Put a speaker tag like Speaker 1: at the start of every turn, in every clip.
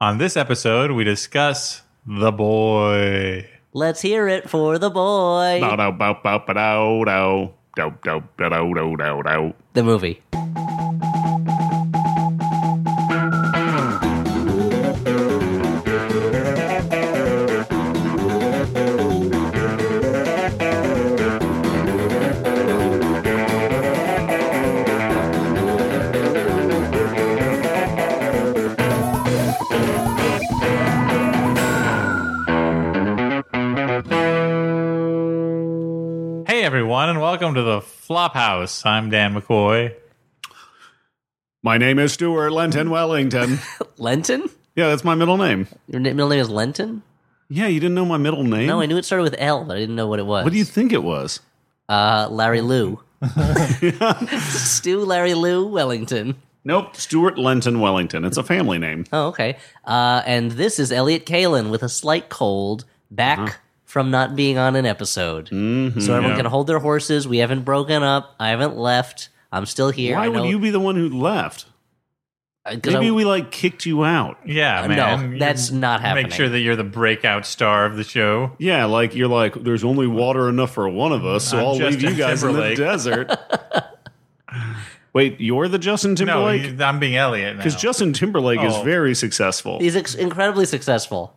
Speaker 1: On this episode, we discuss The Boy.
Speaker 2: Let's hear it for the boy.
Speaker 3: Bow-dow-bow-ba-dow-dow.
Speaker 2: The movie.
Speaker 1: Hey, everyone, and welcome to the Flophouse. I'm Dan McCoy.
Speaker 3: My name is Stuart Lenton Wellington.
Speaker 2: Lenton?
Speaker 3: Yeah, that's my middle name.
Speaker 2: Your na- middle name is Lenton?
Speaker 3: Yeah, you didn't know my middle name?
Speaker 2: No, I knew it started with L, but I didn't know what it was.
Speaker 3: What do you think it was?
Speaker 2: Uh, Larry Lou. Stu Larry Lou Wellington.
Speaker 3: Nope, Stuart Lenton Wellington. It's a family name.
Speaker 2: Oh, okay. Uh, and this is Elliot Kalin with a slight cold back
Speaker 3: Uh-huh.
Speaker 2: from not being on an episode.
Speaker 3: Mm-hmm.
Speaker 2: so everyone
Speaker 1: yeah.
Speaker 2: can hold their horses. We haven't broken up. I haven't left. I'm still here.
Speaker 3: Why
Speaker 2: I
Speaker 3: would
Speaker 2: know-
Speaker 3: you be the one who left?
Speaker 2: uh, 'cause
Speaker 3: Maybe
Speaker 2: I-
Speaker 3: we like kicked you out.
Speaker 1: Yeah,
Speaker 2: Uh,
Speaker 1: man.
Speaker 2: no,
Speaker 1: You
Speaker 2: that's not happening.
Speaker 1: Make sure that you're the breakout star of the show.
Speaker 3: Yeah, like you're like, there's only water enough for one of us, so
Speaker 1: I'm
Speaker 3: I'll leave
Speaker 1: Justin
Speaker 3: you guys
Speaker 1: Timberlake.
Speaker 3: in the desert. Wait, you're the Justin
Speaker 1: No,
Speaker 3: Timberlake?
Speaker 1: you- I'm being Elliot now.
Speaker 3: Because Justin Timberlake is
Speaker 1: Oh.
Speaker 3: very successful.
Speaker 2: He's ex- incredibly successful.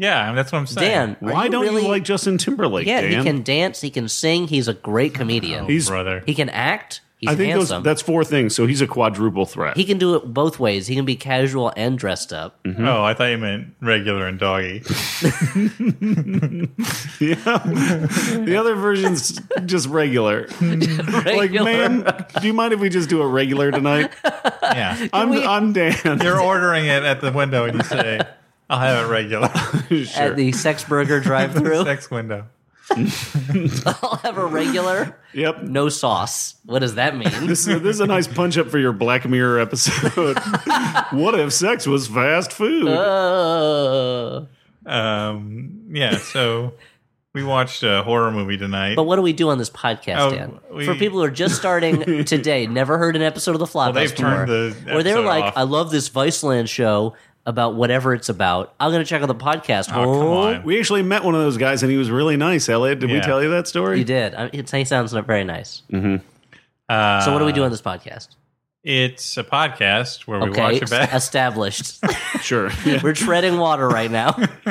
Speaker 1: yeah, I mean, that's what I'm saying.
Speaker 2: Dan, are
Speaker 3: Why don't
Speaker 2: really-
Speaker 3: you like Justin Timberlake,
Speaker 2: Yeah,
Speaker 3: Dan?
Speaker 2: he can dance. He can sing. He's a great comedian.
Speaker 3: He's-
Speaker 1: brother.
Speaker 2: he can act. He's
Speaker 3: I think those,
Speaker 2: handsome.
Speaker 3: that's four things, so he's a quadruple threat.
Speaker 2: he can do it both ways. He can be casual and dressed up.
Speaker 1: Oh, I thought you meant regular and doggy.
Speaker 3: the other version's just regular. Like,
Speaker 2: Regular.
Speaker 3: ma'am, do you mind if we just do it regular tonight?
Speaker 1: Yeah.
Speaker 3: I'm,
Speaker 2: we-
Speaker 3: I'm Dan.
Speaker 1: You're ordering it at the window and you say, I'll have it regular.
Speaker 2: At the Sex Burger drive-through,
Speaker 1: Next window.
Speaker 2: I'll have a regular,
Speaker 3: Yep.
Speaker 2: no sauce. What does that mean?
Speaker 3: This, this is a nice punch up for your Black Mirror episode. what if sex was fast food?
Speaker 2: Uh,
Speaker 1: Um, yeah, so we watched a horror movie tonight.
Speaker 2: but what do we do on this podcast,
Speaker 1: Oh,
Speaker 2: Dan?
Speaker 1: we-
Speaker 2: For people who are just starting today, never heard an episode of the Flophouse
Speaker 1: they've
Speaker 2: before,
Speaker 1: turned the
Speaker 2: or they're
Speaker 1: episode
Speaker 2: like,
Speaker 1: off.
Speaker 2: "I love this Viceland show about whatever it's about. I'm going to check out the podcast."
Speaker 1: Oh, come on.
Speaker 3: we actually met one of those guys, and he was really nice. Elliot, did we
Speaker 1: Yeah.
Speaker 3: tell you that story?
Speaker 2: You did. I, it, he sounds not very nice.
Speaker 1: Uh,
Speaker 2: So what do we do on this podcast?
Speaker 1: It's a podcast where we
Speaker 2: Okay,
Speaker 1: watch a bad.
Speaker 2: established.
Speaker 3: Sure. Yeah.
Speaker 2: We're treading water right now,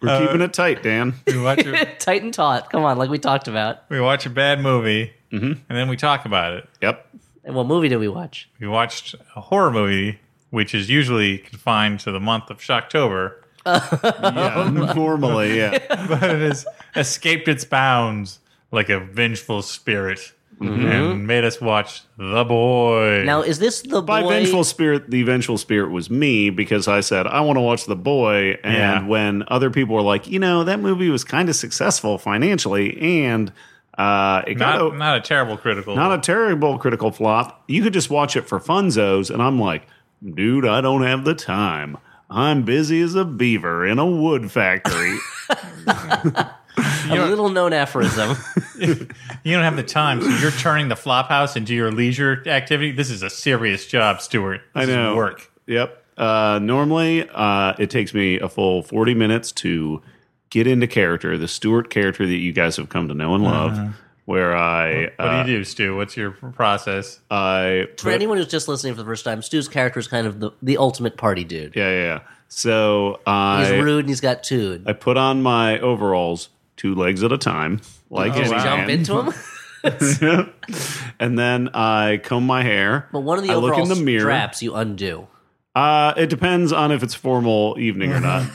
Speaker 3: We're keeping it tight, Dan.
Speaker 1: We watch a,
Speaker 2: tight and taut. Come on, like we talked about.
Speaker 1: we watch a bad movie,
Speaker 2: Mm-hmm.
Speaker 1: and then we talk about it.
Speaker 3: Yep.
Speaker 2: And what movie did we watch?
Speaker 1: We watched a horror movie, which is usually confined to the month of Shocktober,
Speaker 3: Yeah, normally, yeah.
Speaker 1: but it has escaped its bounds like a vengeful spirit and made us watch The Boy.
Speaker 2: Mm-hmm. Now is this the
Speaker 3: By
Speaker 2: boy?
Speaker 3: vengeful spirit, the vengeful spirit was me because I said I want to watch The Boy, and
Speaker 1: Yeah.
Speaker 3: when other people were like, you know, that movie was kind of successful financially, and uh, it got
Speaker 1: not,
Speaker 3: a,
Speaker 1: not a terrible critical.
Speaker 3: not a terrible critical flop. You could just watch it for funzos, and I'm like, dude, I don't have the time. I'm busy as a beaver in a wood factory.
Speaker 2: a little known aphorism.
Speaker 1: You don't have the time, so you're turning the flophouse into your leisure activity. This is a serious job, Stuart. This
Speaker 3: I know.
Speaker 1: Is work.
Speaker 3: Yep. Uh, normally, uh, it takes me a full 40 minutes to get into character, the Stuart character that you guys have come to know and love, where I,
Speaker 1: Uh-huh. What
Speaker 3: uh,
Speaker 1: do you do, Stu? What's your process?
Speaker 3: I,
Speaker 2: For anyone who's just listening for the first time, Stu's character is kind of the, the ultimate party dude.
Speaker 3: yeah, yeah, yeah. So
Speaker 2: He's
Speaker 3: I,
Speaker 2: rude and he's got tood.
Speaker 3: I put on my overalls two legs at a time, like any
Speaker 1: Oh, wow.
Speaker 2: Jump
Speaker 3: man.
Speaker 2: into him,
Speaker 3: and then I comb my hair.
Speaker 2: but one of the
Speaker 3: I look
Speaker 2: overall
Speaker 3: in the mirror.
Speaker 2: straps you undo.
Speaker 3: Uh, it depends on if it's formal evening or not.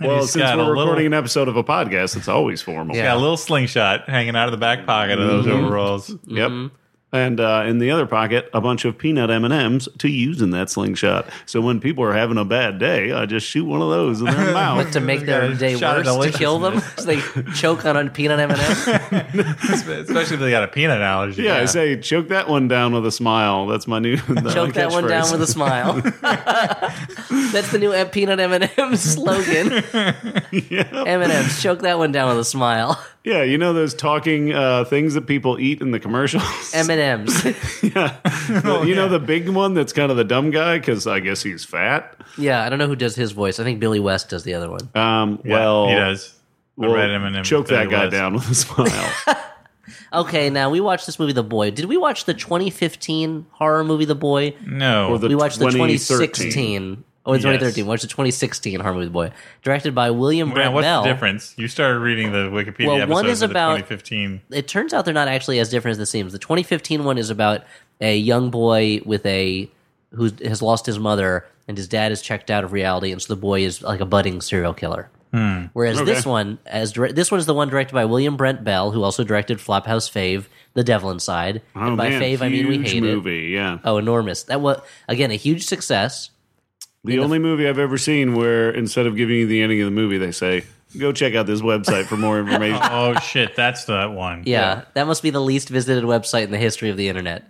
Speaker 3: well,
Speaker 1: he's
Speaker 3: since
Speaker 1: got a
Speaker 3: we're
Speaker 1: little-
Speaker 3: recording an episode of a podcast, it's always formal.
Speaker 2: Yeah.
Speaker 1: Got a little slingshot hanging out of the back pocket of those
Speaker 3: Mm-hmm.
Speaker 1: overalls.
Speaker 3: Yep.
Speaker 2: Mm-hmm.
Speaker 3: And uh, in the other pocket, a bunch of peanut M and M's to use in that slingshot. So when people are having a bad day, I just shoot one of those in their
Speaker 2: But
Speaker 3: mouth.
Speaker 2: to make their
Speaker 1: Got a
Speaker 2: day
Speaker 1: shot
Speaker 2: worse,
Speaker 1: of
Speaker 2: to kill them, so they choke on a peanut M&M.
Speaker 1: Especially if they got a peanut allergy.
Speaker 3: Yeah, I say choke that one down with a smile. That's my new
Speaker 2: choke that one down with a smile. That's the new M- peanut M&M slogan. M&M's, choke that one down with a smile.
Speaker 3: yeah. You know those talking uh, things that people eat in the commercials.
Speaker 2: M&M's, M's.
Speaker 3: yeah. The- you know the big one that's kind of the dumb guy because I guess he's fat.
Speaker 2: yeah, I don't know who does his voice. I think Billy West does the other one.
Speaker 3: Um, well,
Speaker 1: he does.
Speaker 3: we'll
Speaker 1: read him
Speaker 2: M&M
Speaker 1: and him
Speaker 3: choke
Speaker 1: there
Speaker 3: that
Speaker 1: he
Speaker 3: guy
Speaker 1: was.
Speaker 3: down with a smile.
Speaker 2: Okay, now we watched this movie, The Boy. Did we watch the 2015 horror movie, The Boy?
Speaker 1: No.
Speaker 3: Or the
Speaker 2: We watched the
Speaker 3: 2013.
Speaker 2: 2016. Oh, in 2013.
Speaker 1: Yes.
Speaker 2: We watched the 2016 horror movie, The Boy, directed by William
Speaker 1: Man,
Speaker 2: Brent
Speaker 1: what's
Speaker 2: Bell.
Speaker 1: the difference? You started reading the Wikipedia
Speaker 2: Well,
Speaker 1: episode
Speaker 2: one is
Speaker 1: of the
Speaker 2: about-
Speaker 1: 2015.
Speaker 2: it turns out they're not actually as different as it seems. The 2015 one is about a young boy with a who has lost his mother and his dad is checked out of reality, and so the boy is like a budding serial killer. Whereas
Speaker 3: Hmm. Okay.
Speaker 2: this one, as dire- this one is the one directed by William Brent Bell, who also directed Flophouse fave The Devil Inside.
Speaker 3: Oh,
Speaker 2: and by
Speaker 3: man,
Speaker 2: fave, I mean we
Speaker 3: huge
Speaker 2: hate it.
Speaker 3: movie. Yeah,
Speaker 2: Oh, enormous! That was again a huge success.
Speaker 3: the only movie I've ever seen where instead of giving you the ending of the movie, they say go check out this website for more information.
Speaker 1: Oh shit, that's that one.
Speaker 2: Yeah, that must be the least visited website in the history of the internet.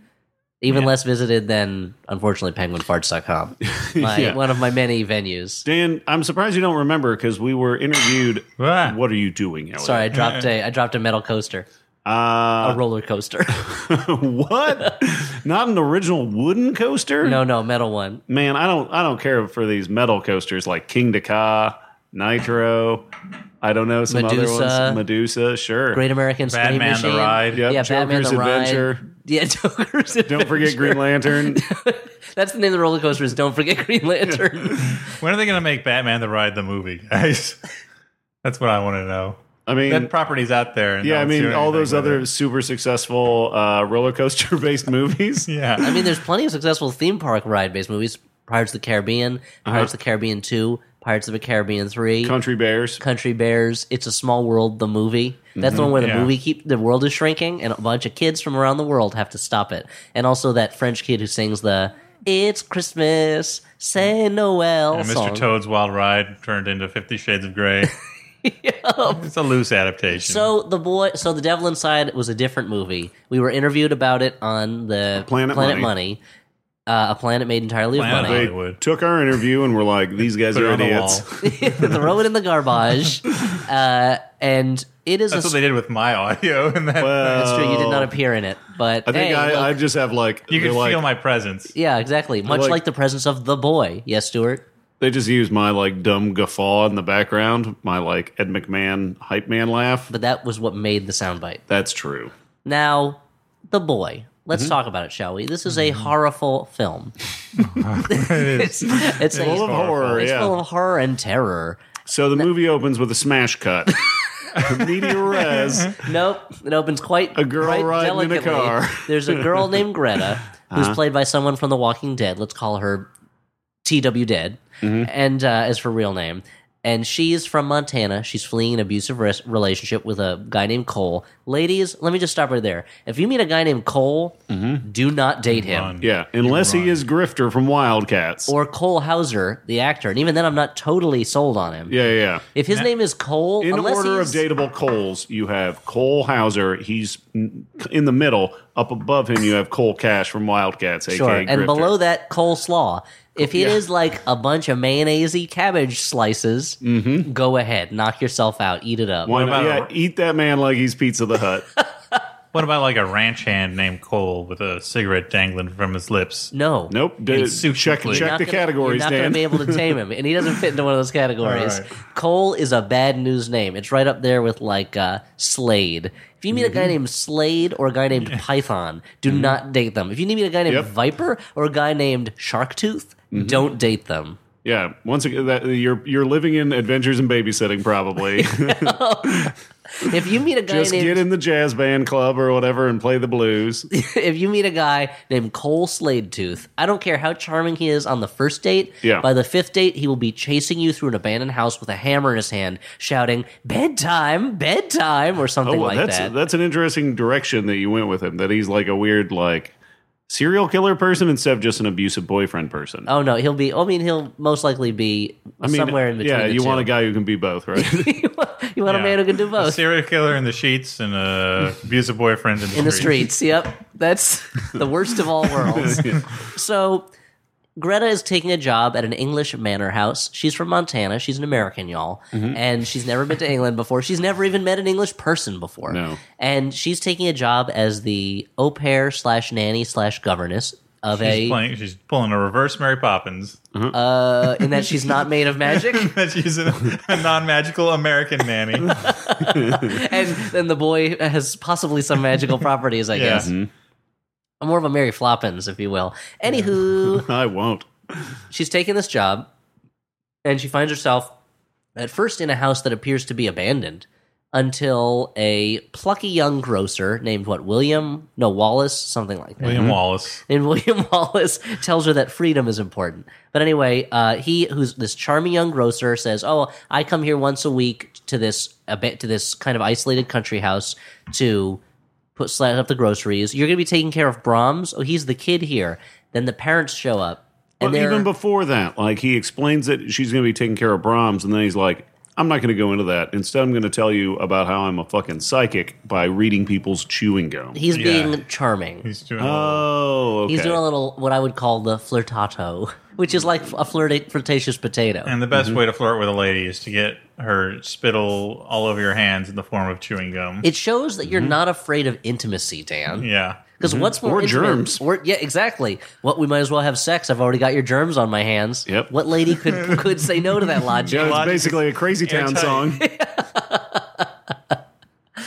Speaker 2: Even less visited than, unfortunately, penguinfarts.com. My,
Speaker 3: Yeah.
Speaker 2: One of my many venues.
Speaker 3: Dan, I'm surprised you don't remember because we were interviewed.
Speaker 1: Ah.
Speaker 3: what are you doing? Elliot?
Speaker 2: Sorry, I dropped a I dropped a metal coaster,
Speaker 3: Uh,
Speaker 2: a roller coaster.
Speaker 3: what? Not an original wooden coaster?
Speaker 2: no, no, metal one.
Speaker 3: Man, I don't I don't care for these metal coasters like King Ka, Nitro, I don't know, some other
Speaker 2: Medusa.
Speaker 3: ones. Medusa, sure.
Speaker 2: Great American Scream
Speaker 1: Batman
Speaker 2: Machine.
Speaker 1: the Ride.
Speaker 3: Yep,
Speaker 2: Yeah, Batman
Speaker 3: Joker's
Speaker 2: the Ride.
Speaker 3: Adventure.
Speaker 2: Yeah, Joker's Adventure.
Speaker 3: Don't forget Green Lantern.
Speaker 2: That's the name of the roller coaster is Don't Forget Green Lantern.
Speaker 1: When are they going to make Batman the Ride the movie, guys? That's what I want to know.
Speaker 3: I mean
Speaker 1: That property's out there. And
Speaker 3: yeah,
Speaker 1: no
Speaker 3: I
Speaker 1: one's
Speaker 3: mean
Speaker 1: doing
Speaker 3: all
Speaker 1: anything
Speaker 3: those
Speaker 1: with
Speaker 3: other
Speaker 1: it.
Speaker 3: super successful uh, roller coaster based movies.
Speaker 1: Yeah.
Speaker 2: I mean, there's plenty of successful theme park ride based movies. Pirates of the Caribbean, Pirates of the Caribbean 2, Pirates of the Caribbean 3.
Speaker 3: Uh-huh. Country Bears.
Speaker 2: Country Bears, It's a Small World, the movie. That's the one where the
Speaker 1: Yeah.
Speaker 2: movie keep the world is shrinking, and a bunch of kids from around the world have to stop it. And also that French kid who sings the "It's Christmas, say Noel"
Speaker 1: and Mr.
Speaker 2: song.
Speaker 1: Toad's Wild Ride turned into Fifty Shades of Grey. It's a loose adaptation.
Speaker 2: so the boy, so the Devil Inside was a different movie. We were interviewed about it on the
Speaker 3: Planet
Speaker 2: Money, uh, a planet made entirely
Speaker 1: Planet
Speaker 2: of
Speaker 1: Money.
Speaker 2: money.
Speaker 1: Hollywood.
Speaker 3: Took our interview and we're like, these guys
Speaker 1: Put it
Speaker 3: are
Speaker 1: on the
Speaker 3: idiots.
Speaker 1: wall.
Speaker 2: Throw it in the garbage, uh, and it is
Speaker 1: That's
Speaker 2: a.
Speaker 1: what they Oh. did with my audio. And that,
Speaker 2: that's true. You did not appear in it, but
Speaker 3: Uh, I think
Speaker 2: hey,
Speaker 3: I,
Speaker 2: look.
Speaker 3: I just have like
Speaker 1: you
Speaker 3: they're
Speaker 1: can
Speaker 3: like,
Speaker 1: feel my presence.
Speaker 2: Yeah, exactly. Much
Speaker 3: Like-
Speaker 2: like, the presence of the boy. Yes, Stuart.
Speaker 3: They just use my like dumb guffaw in the background, my like Ed McMahon hype man laugh.
Speaker 2: But that was what made the soundbite.
Speaker 3: That's true.
Speaker 2: Now, the boy. Let's
Speaker 3: Mm-hmm.
Speaker 2: talk about it, shall we? This is a horrorful film. it's it's, a-
Speaker 3: Full of horror,
Speaker 2: it's
Speaker 3: yeah.
Speaker 2: full of horror and terror.
Speaker 3: so the movie opens with a smash cut. Media res.
Speaker 2: Nope. It opens quite
Speaker 3: A girl
Speaker 2: quite
Speaker 3: riding in a
Speaker 2: delicately.
Speaker 3: car.
Speaker 2: There's a girl named Greta who's played by someone from The Walking Dead. Let's call her T.W. Dead, and uh, as her real name. And she's from Montana. She's fleeing an abusive res- relationship with a guy named Cole. Ladies, let me just stop right there. If you meet a guy named Cole, do not date him.
Speaker 1: Run.
Speaker 3: Yeah, unless he is Grifter from Wildcats.
Speaker 2: Or Cole Hauser, the actor. And even then, I'm not totally sold on him.
Speaker 3: yeah, yeah, yeah.
Speaker 2: If his name is Cole,
Speaker 3: In
Speaker 2: unless
Speaker 3: order of
Speaker 2: he's-
Speaker 3: dateable Coles, you have Cole Hauser. He's n- in the middle. Up above him, you have Cole Cash from Wildcats,
Speaker 2: Sure.
Speaker 3: aka
Speaker 2: and
Speaker 3: Grifter.
Speaker 2: below that, coleslaw. If it is
Speaker 3: Yeah.
Speaker 2: like a bunch of mayonnaisey cabbage slices, go ahead, knock yourself out, eat it up.
Speaker 3: Mm-hmm. Why not?
Speaker 1: about-
Speaker 3: Yeah, eat that man like he's Pizza the Hut.
Speaker 1: What about like a ranch hand named Cole with a cigarette dangling from his lips?
Speaker 2: No,
Speaker 3: nope. Dude,
Speaker 1: soup
Speaker 3: check
Speaker 1: complete.
Speaker 3: check
Speaker 2: Not
Speaker 3: the
Speaker 2: gonna-
Speaker 3: categories,
Speaker 2: You're not going
Speaker 3: Dan.
Speaker 2: to be able to tame him, and he doesn't fit into one of those categories.
Speaker 1: All right.
Speaker 2: Cole is a bad news name. It's right up there with like uh, Slade. If you meet a
Speaker 3: Mm-hmm.
Speaker 2: guy named Slade or a guy named Python, do not date them. If you meet a guy named
Speaker 3: Yep. Mm-hmm.
Speaker 2: Viper or a guy named Sharktooth, don't date them.
Speaker 3: Yeah, once again, that, you're you're living in adventures and babysitting. Probably
Speaker 2: If you meet a guy
Speaker 3: just
Speaker 2: named
Speaker 3: get in the jazz band club or whatever and play the blues.
Speaker 2: if you meet a guy named Cole Slade Tooth, I don't care how charming he is on the first date.
Speaker 3: Yeah.
Speaker 2: By the fifth date, he will be chasing you through an abandoned house with a hammer in his hand, shouting "bedtime, bedtime" or something
Speaker 3: Oh,
Speaker 2: like
Speaker 3: that's
Speaker 2: that.
Speaker 3: that's an interesting direction that you went with him. That he's like a weird like serial killer person instead of just an abusive boyfriend person.
Speaker 2: oh no, he'll be. I mean, he'll most likely be
Speaker 3: I mean,
Speaker 2: somewhere in between.
Speaker 3: Yeah,
Speaker 2: the
Speaker 3: you
Speaker 2: two.
Speaker 3: want a guy who can be both, right?
Speaker 2: you want, you want a man who can do
Speaker 1: A
Speaker 2: both
Speaker 1: serial killer in the sheets and a abusive boyfriend in the,
Speaker 2: in the streets. yep, that's the worst of all worlds. So Greta is taking a job at an English manor house. She's from Montana. She's an American, y'all. And she's never been to England before. She's never even met an English person before.
Speaker 3: No.
Speaker 2: And she's taking a job as the au pair slash nanny slash governess of
Speaker 1: She's,
Speaker 2: a,
Speaker 1: playing, she's pulling a reverse Mary Poppins.
Speaker 2: uh, in that she's not made of magic.
Speaker 1: she's a, a non magical American nanny.
Speaker 2: and then the boy has possibly some magical properties, I guess. More of a Mary Floppins, if you will. Anywho,
Speaker 3: I won't.
Speaker 2: she's taking this job and she finds herself at first in a house that appears to be abandoned until a plucky young grocer named what William no Wallace something like that
Speaker 1: William Wallace.
Speaker 2: and William Wallace tells her that freedom is important. But anyway, uh, he, who's this charming young grocer, says, "Oh, I come here once a week to this a bit to this kind of isolated country house to put slat up the groceries. You're going to be taking care of Brahms. Oh, he's the kid here. Then the parents show up, and
Speaker 3: But
Speaker 2: they're
Speaker 3: even before that, like he explains that she's going to be taking care of Brahms, and then he's like, "I'm not going to go into that. Instead, I'm going to tell you about how I'm a fucking psychic by reading people's chewing gum."
Speaker 2: he's
Speaker 1: Yeah.
Speaker 2: being charming.
Speaker 1: He's doing
Speaker 3: oh, okay.
Speaker 2: He's doing a little what I would call the flirtato, which is like a flirta- flirtatious potato.
Speaker 1: And the best way to flirt with a lady is to get her spittle all over your hands in the form of chewing gum.
Speaker 2: it shows that you're not afraid of intimacy, Dan.
Speaker 1: yeah.
Speaker 2: Because what's more
Speaker 3: Mm-hmm. Or
Speaker 2: intimate-
Speaker 3: germs.
Speaker 2: Or yeah, exactly. What we might as well have sex. I've already got your germs on my hands.
Speaker 3: Yep.
Speaker 2: What lady could could say no to that logic?
Speaker 3: yeah, it's
Speaker 1: Logic is
Speaker 3: basically a Crazy Town
Speaker 1: airtight.
Speaker 3: song.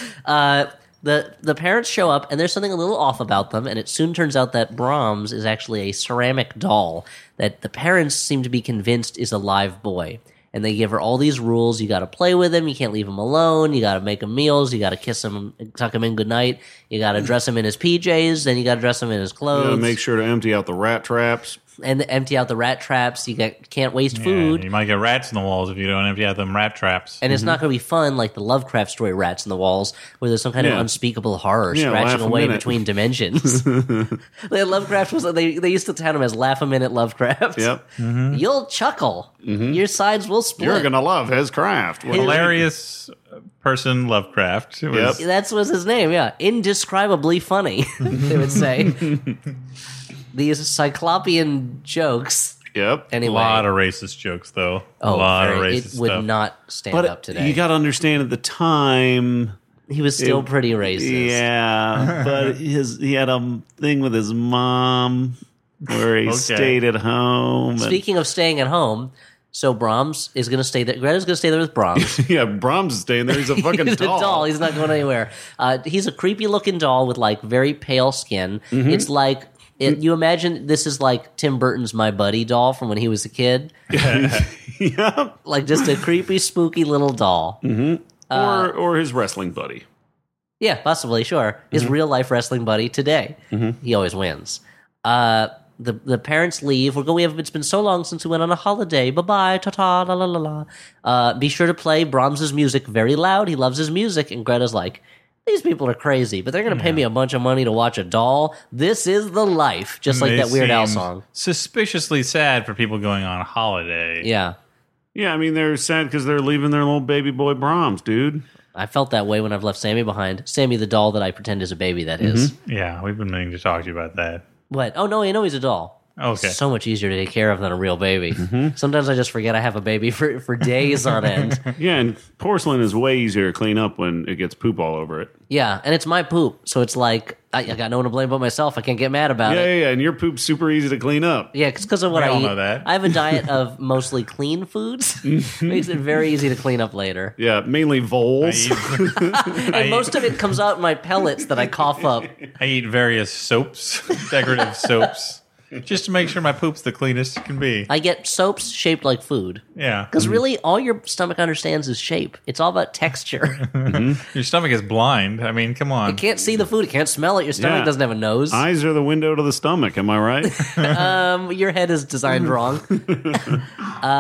Speaker 2: The the parents show up and there's something a little off about them, and it soon turns out that Brahms is actually a ceramic doll that the parents seem to be convinced is a live boy. And they give her all these rules. You got to play with him. You can't leave him alone. You got to make him meals. You got to kiss him, tuck him in good night. You got to dress him in his PJs. Then you got to dress him in his
Speaker 3: Uh,
Speaker 2: clothes
Speaker 3: make sure to empty out the rat traps.
Speaker 2: and empty out the rat traps. You get, can't waste
Speaker 1: Yeah,
Speaker 2: food.
Speaker 1: you might get rats in the walls if you don't empty out them rat traps.
Speaker 2: and it's
Speaker 3: Mm-hmm.
Speaker 2: not going to be fun like the Lovecraft story "Rats in the Walls," where there's some kind of
Speaker 3: Yeah.
Speaker 2: unspeakable horror
Speaker 3: Yeah, laugh
Speaker 2: scratching
Speaker 3: a
Speaker 2: away
Speaker 3: minute.
Speaker 2: between dimensions. Like, Lovecraft was they they used to tout him as "Laugh a Minute Lovecraft."
Speaker 3: Yep.
Speaker 1: Hmm.
Speaker 3: Mm-hmm.
Speaker 2: You'll chuckle. Your sides will split.
Speaker 3: You're going to love his craft.
Speaker 1: Hilarious person Lovecraft. It was-
Speaker 2: That's was his name. Yeah, indescribably funny. they would say these cyclopean jokes.
Speaker 3: Yep.
Speaker 1: A
Speaker 2: Anyway,
Speaker 1: lot of racist jokes, though. a
Speaker 2: oh,
Speaker 1: lot of
Speaker 2: very-
Speaker 1: racist
Speaker 2: it would
Speaker 1: stuff.
Speaker 2: not stand up
Speaker 3: but
Speaker 2: today.
Speaker 3: you got to understand at the time.
Speaker 2: he was still
Speaker 3: it-
Speaker 2: pretty racist.
Speaker 3: Yeah, but his he had a m- thing with his mom where he
Speaker 1: Okay.
Speaker 3: stayed at home. and-
Speaker 2: Speaking of staying at home, so Brahms is going to stay there. Greta's going to stay there with Brahms.
Speaker 3: yeah, Brahms is staying there. He's a fucking
Speaker 2: he's
Speaker 3: doll.
Speaker 2: a doll. He's not going anywhere. Uh, he's a creepy looking doll with like very pale skin.
Speaker 3: Mm-hmm.
Speaker 2: It's like. It, you imagine this is like Tim Burton's My Buddy doll from when he was a kid,
Speaker 3: yeah,
Speaker 2: like just a creepy, spooky little doll.
Speaker 3: or or his wrestling buddy.
Speaker 2: Yeah, possibly, sure. His real life wrestling buddy today. He always wins. Uh, the the parents leave. We're going. We have. It's been so long since we went on a holiday. Bye bye. Ta ta. La la la la. Uh, be sure to play Brahms's music very loud. He loves his music. And Greta's like, these people are crazy, but they're going to pay me a bunch of money to watch a doll. This is the life. Just like
Speaker 1: They
Speaker 2: that Weird Al
Speaker 1: seemed
Speaker 2: song.
Speaker 1: Suspiciously sad for people going on holiday.
Speaker 2: Yeah,
Speaker 3: Yeah, I mean they're sad because they're leaving their little baby boy Brahms, dude.
Speaker 2: I felt that way when I've left Sammy behind. Sammy, the doll that I pretend is a baby. That is.
Speaker 1: Yeah, we've been meaning to talk to you about that.
Speaker 2: What? Oh no, I know he's a doll.
Speaker 1: Okay. Mm-hmm.
Speaker 2: It's so much easier to take care of than a real baby. Sometimes I just forget I have a baby for, for days on end.
Speaker 3: Yeah, and porcelain is way easier to clean up when it gets poop all over it.
Speaker 2: yeah, and it's my poop, so it's like I, I got no one to blame but myself. I can't get mad about
Speaker 3: Yeah,
Speaker 2: it.
Speaker 3: yeah, yeah, and your poop's super easy to clean up.
Speaker 2: Yeah, because of what
Speaker 1: We
Speaker 2: I
Speaker 1: all
Speaker 2: eat.
Speaker 1: know that. Mm-hmm.
Speaker 2: I have a diet of mostly clean foods. Makes it very easy to clean up later.
Speaker 3: Yeah, mainly voles.
Speaker 1: I,
Speaker 2: And most of it comes out in my pellets that I cough up.
Speaker 1: I eat various soaps, decorative soaps, just to make sure my poop's the cleanest it can be.
Speaker 2: I get soaps shaped like food.
Speaker 1: yeah.
Speaker 2: Because really, all your stomach understands is shape. It's all about texture.
Speaker 1: Your stomach is blind. I mean, come on.
Speaker 2: You can't see the food. You can't smell it. Your stomach
Speaker 3: Yeah.
Speaker 2: doesn't have a nose.
Speaker 3: Eyes are the window to the stomach. Am I right?
Speaker 2: Um, your head is designed wrong. uh,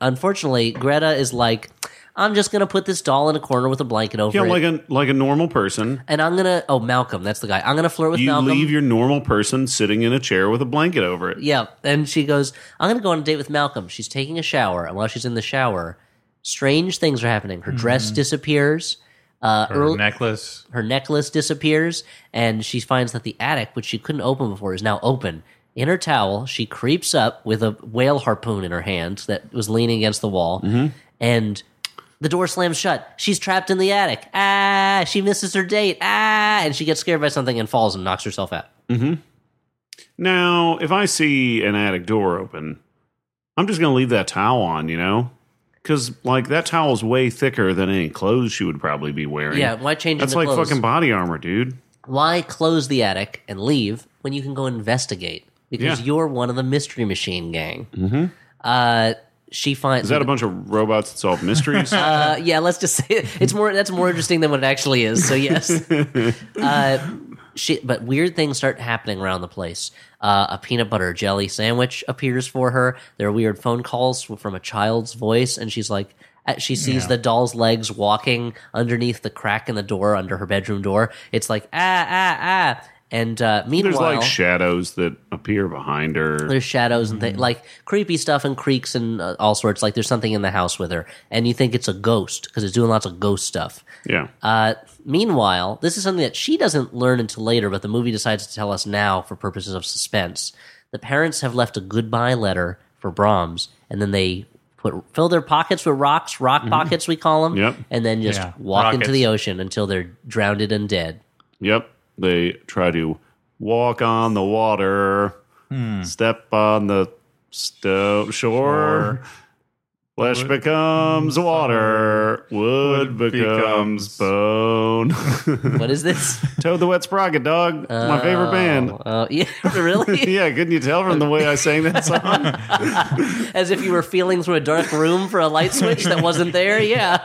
Speaker 2: unfortunately, Greta is like, I'm just gonna put this doll in a corner with a blanket over
Speaker 3: Yeah,
Speaker 2: it,
Speaker 3: like a like a normal person.
Speaker 2: and I'm gonna. Oh, Malcolm, that's the guy. I'm gonna flirt with
Speaker 3: You
Speaker 2: Malcolm.
Speaker 3: leave your normal person sitting in a chair with a blanket over it.
Speaker 2: yeah, and she goes, I'm gonna go on a date with Malcolm. She's taking a shower, and while she's in the shower, strange things are happening. Her
Speaker 3: Mm.
Speaker 2: dress disappears. Uh,
Speaker 1: Or
Speaker 2: earl-
Speaker 1: necklace.
Speaker 2: her necklace disappears, and she finds that the attic, which she couldn't open before, is now open. In her towel, she creeps up with a whale harpoon in her hand that was leaning against the wall,
Speaker 3: Mm-hmm.
Speaker 2: and the door slams shut. She's trapped in the attic. Ah, she misses her date. Ah, and she gets scared by something and falls and knocks herself out.
Speaker 3: Now, if I see an attic door open, I'm just going to leave that towel on, you know? Because, like, that towel's way thicker than any clothes she would probably be wearing.
Speaker 2: Yeah, why change
Speaker 3: That's
Speaker 2: the
Speaker 3: like
Speaker 2: clothes?
Speaker 3: fucking body armor, dude.
Speaker 2: why close the attic and leave when you can go investigate? Because
Speaker 3: Yeah.
Speaker 2: you're one of the mystery machine gang. Mm-hmm. Uh, she finds
Speaker 3: Is that a bunch of robots that solve mysteries?
Speaker 2: uh, yeah, let's just say it. it's more. That's more interesting than what it actually is. So yes, uh, she, but weird things start happening around the place. Uh, a peanut butter jelly sandwich appears for her. There are weird phone calls from a child's voice, and she's like, uh, she sees the doll's legs walking underneath the crack in the door under her bedroom door. It's like ah ah ah. And uh, meanwhile,
Speaker 3: There's like shadows that appear behind her.
Speaker 2: there's shadows
Speaker 3: Mm-hmm.
Speaker 2: and things like creepy stuff and creaks and uh, all sorts. Like there's something in the house with her, and you think it's a ghost because it's doing lots of ghost stuff.
Speaker 3: Yeah.
Speaker 2: Uh, meanwhile, this is something that she doesn't learn until later, but the movie decides to tell us now for purposes of suspense. The parents have left a goodbye letter for Brahms, and then they put fill their pockets with rocks, rock pockets we call them,
Speaker 3: Yep.
Speaker 2: and then just
Speaker 1: Mm-hmm. Yeah,
Speaker 2: walk into
Speaker 1: rockets.
Speaker 2: the ocean until they're drowned and dead.
Speaker 3: Yep. They try to walk on the water, step on the sto- shore. Flesh becomes water, wood
Speaker 1: Wood becomes-
Speaker 3: becomes bone.
Speaker 2: What is this?
Speaker 3: Toad the Wet Sprocket Dog, my favorite band.
Speaker 2: Oh, oh, yeah, really?
Speaker 3: Yeah, couldn't you tell from the way I sang that song?
Speaker 2: as if you were feeling through a dark room for a light switch that wasn't there. Yeah,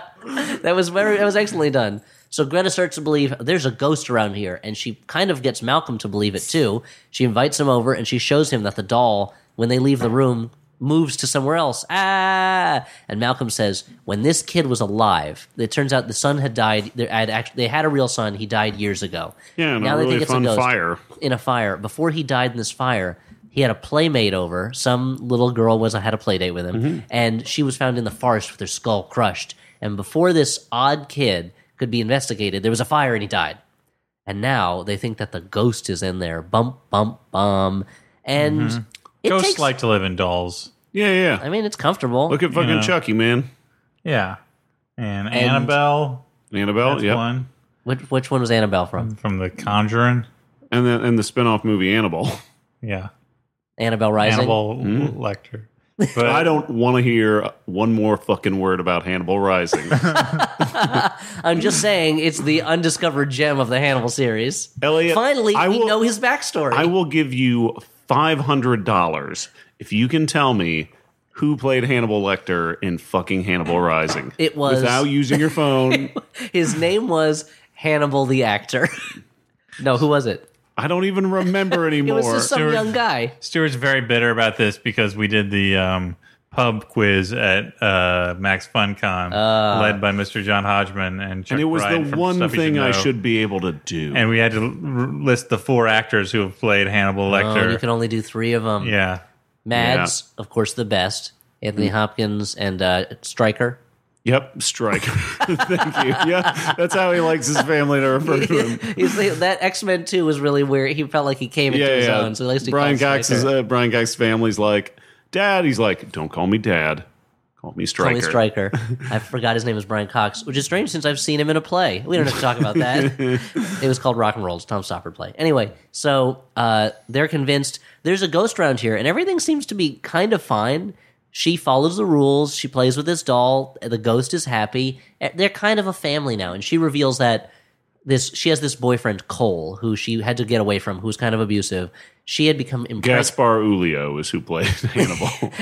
Speaker 2: that was very that was excellently done. So Greta starts to believe there's a ghost around here, and she kind of gets Malcolm to believe it too. She invites him over, and she shows him that the doll, when they leave the room, moves to somewhere else. Ah! And Malcolm says, "When this kid was alive, it turns out the son had died. They had, act- they had a real son. He died years ago.
Speaker 3: Yeah, and a really fun fire.
Speaker 2: In a fire. Before he died in this fire, he had a playmate over. Some little girl was had a playdate with him,
Speaker 3: Mm-hmm.
Speaker 2: and she was found in the forest with her skull crushed. And before this odd kid could be investigated, there was a fire and he died. And now they think that the ghost is in there. Bump, bump, bum. And
Speaker 3: Mm-hmm.
Speaker 2: it
Speaker 1: Ghosts
Speaker 2: takes.
Speaker 1: like to live in dolls.
Speaker 3: Yeah, yeah.
Speaker 2: I mean, it's comfortable.
Speaker 3: Look at fucking
Speaker 1: Yeah.
Speaker 3: Chucky, man.
Speaker 1: Yeah. And, Annabelle,
Speaker 3: Annabelle,
Speaker 1: that's
Speaker 3: yeah.
Speaker 1: one
Speaker 2: which, which one was Annabelle
Speaker 3: Mm.
Speaker 2: from?
Speaker 1: from The Conjuring.
Speaker 3: And then and the spin-off movie Annabelle.
Speaker 1: Yeah.
Speaker 2: Annabelle Rising.
Speaker 1: Hannibal Lecter. But
Speaker 3: I don't want to hear one more fucking word about Hannibal Rising.
Speaker 2: I'm just saying, it's the undiscovered gem of the Hannibal series.
Speaker 3: Elliot,
Speaker 2: finally,
Speaker 3: I
Speaker 2: we
Speaker 3: will-
Speaker 2: know his backstory.
Speaker 3: I will give you five hundred dollars if you can tell me who played Hannibal Lecter in fucking Hannibal Rising.
Speaker 2: It was-
Speaker 3: without using your phone.
Speaker 2: His name was Hannibal the actor. no, who was it?
Speaker 3: I don't even remember
Speaker 2: It
Speaker 3: anymore.
Speaker 2: was just some
Speaker 1: Stuart-
Speaker 2: young guy.
Speaker 1: Stuart's very bitter about this because we did the um, pub quiz at uh, Max FunCon, led by Mr. John Hodgman and Chuck
Speaker 3: and it was
Speaker 1: Bryan
Speaker 3: the
Speaker 1: from
Speaker 3: one
Speaker 1: Stuff You
Speaker 3: thing I
Speaker 1: Know.
Speaker 3: should be able to do.
Speaker 1: And we had to r- list the four actors who have played Hannibal
Speaker 2: Oh, you
Speaker 1: Lecter.
Speaker 2: can only do three of them.
Speaker 1: yeah,
Speaker 2: Mads, of course, the best.
Speaker 3: Mm.
Speaker 2: Anthony Hopkins and uh, Stryker.
Speaker 3: yep, strike. Thank you. Yeah, that's how he likes his family to refer to him.
Speaker 2: He's like- that X Men Two was really where he felt like he came into
Speaker 3: Yeah,
Speaker 2: his
Speaker 3: yeah.
Speaker 2: own. So at least he
Speaker 3: Brian
Speaker 2: called
Speaker 3: Cox's
Speaker 2: Stryker.
Speaker 3: uh, Brian Cox's family's like, Dad. He's like, Don't call me Dad. Call me Striker.
Speaker 2: Tony Stryker. I forgot his name was Brian Cox, which is strange since I've seen him in a play. We don't have to talk about that. it was called Rock and Rolls, Tom Stoppard play. Anyway, so uh, they're convinced there's a ghost around here, and everything seems to be kind of fine. She follows the rules. She plays with this doll. The ghost is happy. Eh, They're kind of a family now, and she reveals that this she has this boyfriend Cole, who she had to get away from, who was kind of abusive. She had become impressed.
Speaker 3: Gaspar Ulio is who played Hannibal.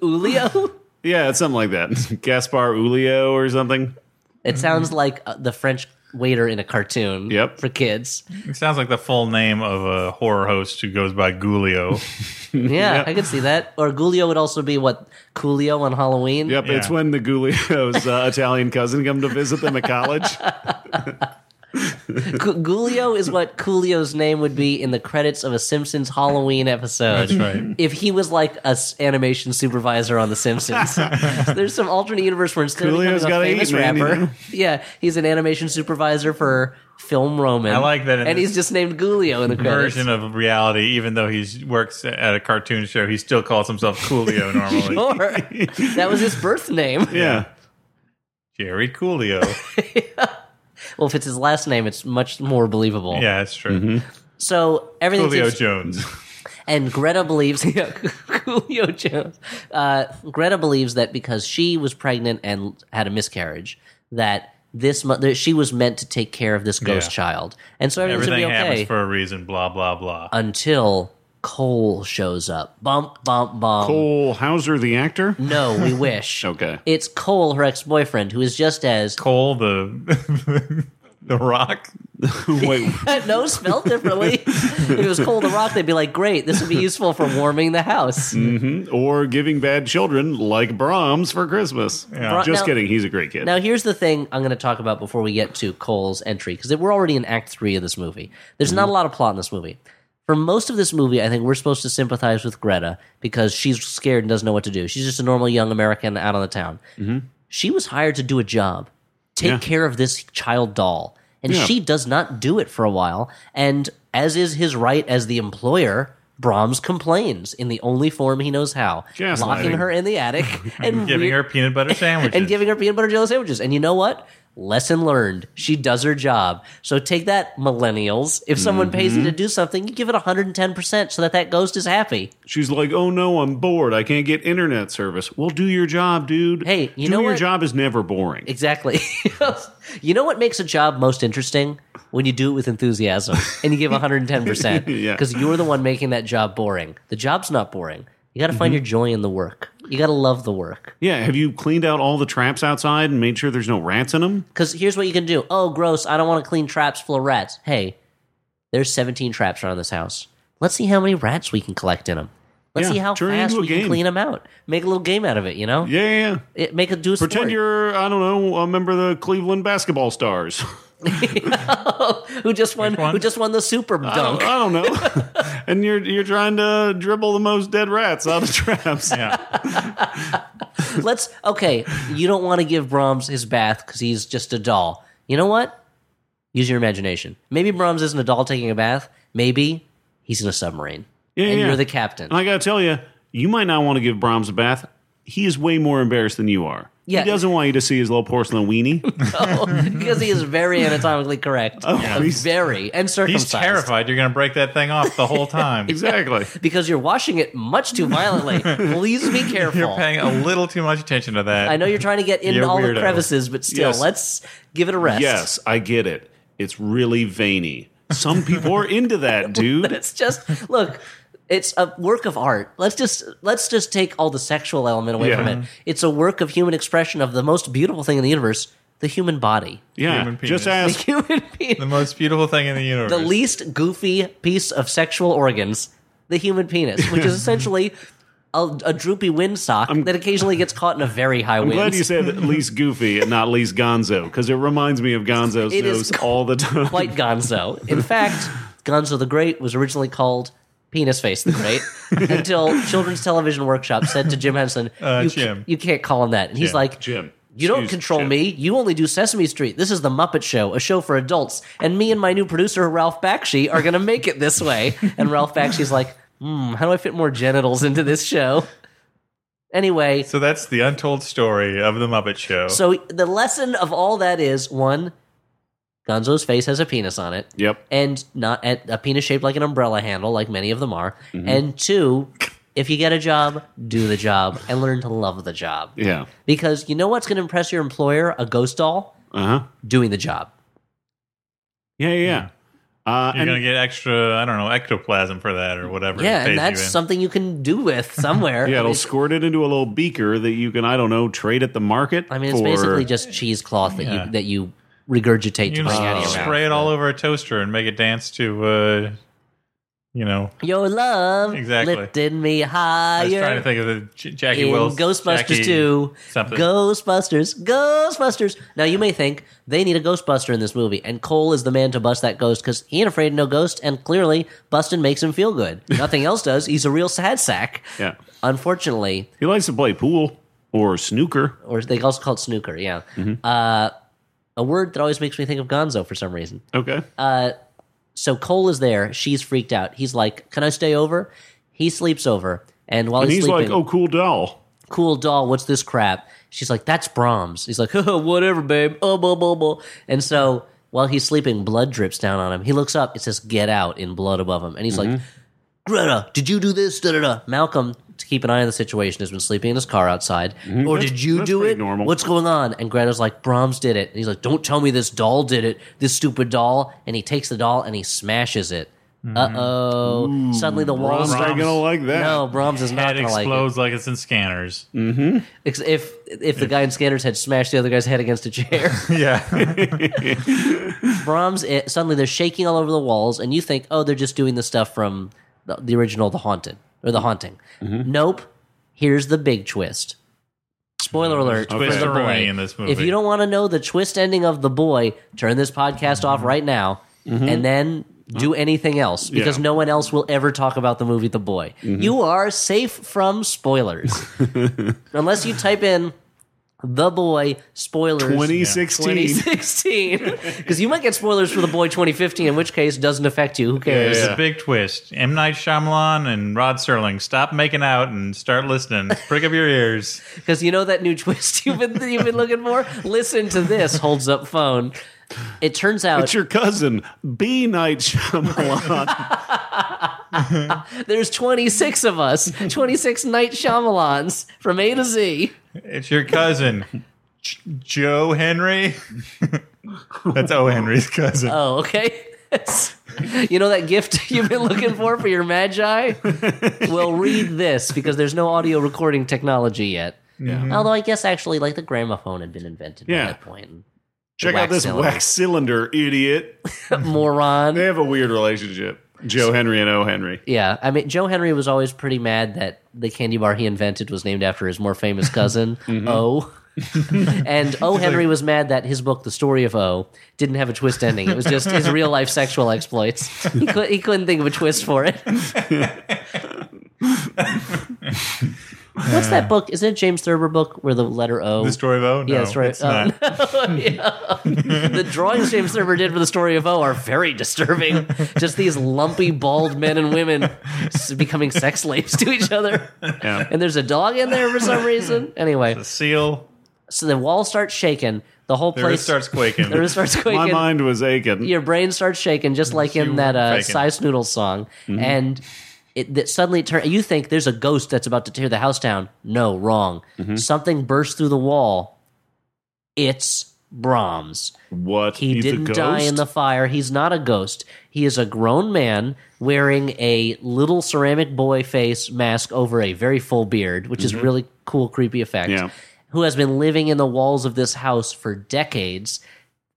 Speaker 2: Ulio.
Speaker 3: yeah, it's something like that. Gaspar Ulio or something.
Speaker 2: It sounds like uh, the French waiter in a cartoon
Speaker 3: Mm-hmm. Yep.
Speaker 2: for kids.
Speaker 1: it sounds like the full name of a horror host who goes by Gulio.
Speaker 2: Yeah,
Speaker 3: Yep.
Speaker 2: I could see that. Or Gulio would also be what Coolio on Halloween.
Speaker 3: Yep, it's
Speaker 1: Yeah.
Speaker 3: when the Gulio's uh, Italian cousin come to visit them at college.
Speaker 2: Gu- Gulio is what Coolio's name would be in the credits of a Simpsons Halloween episode.
Speaker 1: right.
Speaker 2: If he was like a s- animation supervisor on The Simpsons, there's some alternate universe where instead of
Speaker 3: Coolio's
Speaker 2: becoming a
Speaker 3: gotta
Speaker 2: famous
Speaker 3: eat, man, you
Speaker 2: rapper,
Speaker 3: know?
Speaker 2: yeah, he's an animation supervisor for Film Roman.
Speaker 1: I like that in
Speaker 2: and
Speaker 1: this
Speaker 2: he's just named Gulio in the credits.
Speaker 1: version of reality, even though he works at a cartoon show, he still calls himself Coolio normally.
Speaker 2: Or that was his birth name.
Speaker 3: Yeah.
Speaker 1: Jerry Coolio.
Speaker 2: Well, if it's his last name, it's much more believable.
Speaker 1: Yeah, that's true.
Speaker 2: So everything
Speaker 1: Coolio
Speaker 2: keeps-
Speaker 1: Jones.
Speaker 2: And Greta believes yeah, Julio Jones. Uh, Greta believes that because she was pregnant and had a miscarriage, that this mo- that she was meant to take care of this ghost
Speaker 1: Yeah.
Speaker 2: child, and so everything
Speaker 1: Everything
Speaker 2: would be okay
Speaker 1: happens for a reason, blah, blah,
Speaker 2: Uh,
Speaker 1: blah.
Speaker 2: until Cole shows up. Bump, bump, bump.
Speaker 3: Cole Hauser, the actor.
Speaker 2: No, we wish.
Speaker 3: Okay.
Speaker 2: It's Cole, her ex boyfriend, who is just as
Speaker 1: Cole, the, the rock.
Speaker 3: Wait,
Speaker 2: no spelled differently. if it was Cole the Rock, they'd be like, "Great, this would be useful for warming the house."
Speaker 3: or giving bad children like Brahms for Christmas.
Speaker 1: Yeah.
Speaker 3: Just
Speaker 2: Now-
Speaker 3: kidding. He's a great kid.
Speaker 2: Now, here's the thing I'm going to talk about before we get to Cole's entry, because we're already in Act Three of this movie. There's
Speaker 3: Mm-hmm.
Speaker 2: not a lot of plot in this movie. For most of this movie, I think we're supposed to sympathize with Greta because she's scared and doesn't know what to do. She's just a normal young American out on the town. She was hired to do a job, take
Speaker 3: Mm-hmm. Yeah.
Speaker 2: care of this child doll, and
Speaker 3: Yeah.
Speaker 2: she does not do it for a while. And as is his right as the employer, Brahms complains in the only form he knows how,
Speaker 3: Gaslighting.
Speaker 2: locking her in the attic and
Speaker 1: Giving
Speaker 2: re-
Speaker 1: her peanut butter sandwiches.
Speaker 2: and giving her peanut butter jelly sandwiches. And you know what? Lesson learned. She does her job. So take that, millennials. If someone pays you to do something, you give it 110% so that that ghost is happy.
Speaker 3: She's like, "Oh no, I'm bored. I can't get internet service." Well, do your job, dude.
Speaker 2: Hey, you
Speaker 3: do
Speaker 2: know
Speaker 3: your
Speaker 2: what?
Speaker 3: job is never boring.
Speaker 2: Exactly. you know what makes a job most interesting? When you do it with enthusiasm and you give 110%.
Speaker 3: Yeah.
Speaker 2: Because you're the one making that job boring. The job's not boring. You got to find your joy in the work. You got to love the work.
Speaker 3: yeah, have you cleaned out all the traps outside and made sure there's no rats in them?
Speaker 2: Because here's what you can do. Oh, gross. I don't want to clean traps full of rats. Hey, there's 17 traps around this house. Let's see how many rats we can collect in them. Let's
Speaker 3: Yeah,
Speaker 2: see how
Speaker 3: turn it
Speaker 2: fast
Speaker 3: into a
Speaker 2: we
Speaker 3: game.
Speaker 2: can clean them out. Make a little game out of it, you know?
Speaker 3: Yeah, yeah, yeah.
Speaker 2: It, make a do a
Speaker 3: Pretend
Speaker 2: sport.
Speaker 3: you're, I don't know, a member of the Cleveland basketball stars.
Speaker 2: who just won
Speaker 1: one?
Speaker 2: who just won the super
Speaker 3: I don't,
Speaker 2: dunk.
Speaker 3: I don't know. and you're you're trying to dribble the most dead rats out of traps.
Speaker 1: yeah.
Speaker 2: Let's okay, you don't want to give Brahms his bath cuz he's just a doll. You know what? Use your imagination. Maybe Brahms isn't a doll taking a bath. Maybe he's in a submarine.
Speaker 3: Yeah,
Speaker 2: and
Speaker 3: yeah.
Speaker 2: you're the captain.
Speaker 3: And I got to tell you, you might not want to give Brahms a bath. He is way more embarrassed than you are.
Speaker 2: Yeah.
Speaker 3: He doesn't want you to see his little porcelain weenie.
Speaker 2: because he is very anatomically correct.
Speaker 3: he's-
Speaker 2: very and circumcised.
Speaker 1: Oh, He's terrified you're going to break that thing off the whole time.
Speaker 3: exactly.
Speaker 2: because you're washing it much too violently. Please be careful.
Speaker 1: You're paying a little too much attention to that.
Speaker 2: I know you're trying to get
Speaker 1: You're
Speaker 2: into all the
Speaker 1: weirdo.
Speaker 2: crevices, but still,
Speaker 3: Yes.
Speaker 2: let's give it a rest.
Speaker 3: Yes, I get it. It's really veiny. Some people are into that,
Speaker 2: but
Speaker 3: dude.
Speaker 2: it's just look. It's a work of art. Let's just let's just take all the sexual element away
Speaker 3: Yeah.
Speaker 2: from it. It's a work of human expression of the most beautiful thing in the universe, the human body,
Speaker 3: Yeah.
Speaker 1: Human penis.
Speaker 3: Just ask
Speaker 2: human
Speaker 1: the
Speaker 2: penis,
Speaker 1: most beautiful thing in the universe.
Speaker 2: the least goofy piece of sexual organs, the human penis, which is essentially a, a droopy windsock that occasionally gets caught in a very high wind.
Speaker 3: I'm glad you said at least goofy and not least gonzo because it reminds me of Gonzo's
Speaker 2: It is
Speaker 3: nose all the time.
Speaker 2: quite Gonzo. In fact, Gonzo the Great was originally called Penis Face the Great until Children's Television Workshop said to Jim Henson,
Speaker 1: Uh,
Speaker 2: you,
Speaker 1: Jim.
Speaker 2: you can't call him that. And he's
Speaker 1: Jim.
Speaker 2: like,
Speaker 3: Jim.
Speaker 2: You don't
Speaker 3: Excuse
Speaker 2: control
Speaker 3: Jim.
Speaker 2: me. You only do Sesame Street. This is the Muppet Show, a show for adults. And me and my new producer Ralph Bakshi are going to make it this way. And Ralph Bakshi's like, hmm, how do I fit more genitals into this show? Anyway,
Speaker 1: so that's the untold story of the Muppet Show.
Speaker 2: so the lesson of all that is one, Gonzo's face has a penis on it
Speaker 3: Yep.
Speaker 2: and not at a penis shaped like an umbrella handle, like many of them are.
Speaker 3: Mm-hmm.
Speaker 2: And two, if you get a job, do the job and learn to love the job.
Speaker 3: Yeah.
Speaker 2: Because you know what's going to impress your employer, a ghost doll?
Speaker 3: Uh huh.
Speaker 2: Doing the job.
Speaker 3: Yeah, yeah. yeah. Uh,
Speaker 1: you're
Speaker 3: and
Speaker 1: going to get extra, I don't know, ectoplasm for that or whatever. it
Speaker 2: Yeah,
Speaker 1: pays
Speaker 2: and
Speaker 1: you
Speaker 2: that's
Speaker 1: in.
Speaker 2: something you can do with somewhere.
Speaker 3: yeah,
Speaker 2: I mean,
Speaker 3: it'll squirt it into a little beaker that you can, I don't know, trade at the market.
Speaker 2: I mean, it's
Speaker 3: for-
Speaker 2: basically just cheesecloth that
Speaker 1: Yeah.
Speaker 2: you that you regurgitate
Speaker 1: You can
Speaker 2: to bring out of your mouth.
Speaker 1: spray it all over a toaster and make it dance to, uh, you know.
Speaker 2: Your love
Speaker 1: Exactly.
Speaker 2: lifted me
Speaker 1: I
Speaker 2: higher.
Speaker 1: was trying to think of the J- Jackie
Speaker 2: in
Speaker 1: Wills
Speaker 2: Ghostbusters
Speaker 1: Jackie
Speaker 2: 2.
Speaker 1: Something.
Speaker 2: Ghostbusters, Ghostbusters. Now you may think they need a Ghostbuster in this movie, and Cole is the man to bust that ghost because he ain't afraid of no ghost, and clearly Bustin makes him feel good. Nothing else does. He's a real sad sack.
Speaker 3: Yeah.
Speaker 2: Unfortunately,
Speaker 3: He likes to play pool or snooker. Mm-hmm.
Speaker 2: or they also call it snooker. Yeah. Uh, A word that always makes me think of Gonzo for some reason.
Speaker 3: Okay.
Speaker 2: Uh, so Cole is there. She's freaked out. He's like, "Can I stay over?" He sleeps over, and while
Speaker 3: and
Speaker 2: he's,
Speaker 3: he's
Speaker 2: sleeping,
Speaker 3: like, oh, cool doll.
Speaker 2: cool doll, what's this crap? She's like, that's Brahms. He's like, oh, whatever, babe. Oh, blah, blah, blah. And so while he's sleeping, blood drips down on him. He looks up. It says, get out in blood above him. And he's
Speaker 3: Mm-hmm.
Speaker 2: like, Greta, did you do this? Da, da, da. Malcolm, to keep an eye on the situation, has been sleeping in his car outside. Or
Speaker 3: Mm-hmm. That's-
Speaker 2: did you
Speaker 3: that's
Speaker 2: do
Speaker 3: pretty
Speaker 2: it?
Speaker 3: normal.
Speaker 2: What's going on? And Greta's like, Brahms did it. And he's like, don't tell me this doll did it. This stupid doll. And he takes the doll and he smashes it. Uh oh. Suddenly the walls
Speaker 3: Mm-hmm. Brahms
Speaker 2: start.
Speaker 3: not going to like that.
Speaker 2: No, Brahms is not
Speaker 1: Head
Speaker 2: going to like it.
Speaker 1: explodes like, it's in scanners.
Speaker 2: Ex- If if the guy in Scanners had smashed the other guy's head against a chair,
Speaker 1: Yeah.
Speaker 2: Brahms it, suddenly they're shaking all over the walls, and you think, oh, they're just doing the stuff from the, the original The Haunted or The Haunting. Nope. Here's the big twist. Spoiler alert.
Speaker 1: Mm-hmm. twist
Speaker 2: for the
Speaker 1: already
Speaker 2: boy.
Speaker 1: in this
Speaker 2: If
Speaker 1: movie.
Speaker 2: you don't want to know the twist ending of the boy, turn this podcast off
Speaker 1: Mm-hmm.
Speaker 2: right now, and then do anything else because
Speaker 3: Yeah.
Speaker 2: no one else will ever talk about the movie The Boy. You are safe from spoilers. Unless you type in the boy spoilers
Speaker 3: 2016.
Speaker 2: 2016 because you might get spoilers for the boy 2015 in which case it doesn't affect you who cares
Speaker 1: There's
Speaker 3: Yeah.
Speaker 1: a big twist. M. Night Shyamalan and Rod Serling, stop making out and start listening. Prick up your ears.
Speaker 2: because you know that new twist you've been, you've been looking for listen to this holds up phone it turns out
Speaker 3: It's your cousin, B. Night Shyamalan.
Speaker 2: there's 26 of us 26 night Shyamalans from a to z
Speaker 1: It's your cousin, J- Joe Henry. That's O. Henry's cousin.
Speaker 2: oh okay you know that gift you've been looking for for your magi well read this because there's no audio recording technology yet
Speaker 3: yeah.
Speaker 2: Although I guess actually, like the gramophone had been invented
Speaker 3: Yeah.
Speaker 2: by that point.
Speaker 3: Check out
Speaker 2: Wax
Speaker 3: this
Speaker 2: cylinder.
Speaker 3: wax cylinder, idiot. They
Speaker 2: Moron.
Speaker 3: have a weird relationship. Joe Henry and O. Henry.
Speaker 2: Yeah, I mean, Joe Henry was always pretty mad that the candy bar he invented was named after his more famous cousin O. and O. Henry was mad that his book, The Story of O, didn't have a twist ending. It was just his real life sexual exploits. He, cou- he couldn't think of a twist for it. What's that book? Is it a James Thurber book where the letter O?
Speaker 1: The story of O? No,
Speaker 2: Yeah, that's right.
Speaker 1: It's
Speaker 2: Oh,
Speaker 1: not.
Speaker 2: the drawings James Thurber did for the story of O are very disturbing. Just these lumpy, bald men and women s- becoming sex slaves to each other.
Speaker 3: Yeah.
Speaker 2: And there's a dog in there for some reason. Anyway,
Speaker 1: The seal.
Speaker 2: so the wall starts shaking. The whole
Speaker 1: The
Speaker 2: place
Speaker 1: earth starts quaking.
Speaker 2: the roof starts
Speaker 3: My
Speaker 2: quaking.
Speaker 3: mind was aching.
Speaker 2: Your brain starts shaking, just like in
Speaker 1: You
Speaker 2: that uh,
Speaker 1: faking. Mm-hmm.
Speaker 2: Size Noodle song. And it that suddenly turn. You think there's a ghost that's about to tear the house down. No, wrong.
Speaker 1: Mm-hmm.
Speaker 2: Something bursts through the wall. It's Brahms.
Speaker 3: What?
Speaker 2: He
Speaker 3: He's a
Speaker 2: didn't die in
Speaker 3: ghost?
Speaker 2: the fire. He's not a ghost. He is a grown man wearing a little ceramic boy face mask over a very full beard, which is really cool, creepy effect.
Speaker 3: Mm-hmm. Yeah.
Speaker 2: Who has been living in the walls of this house for decades,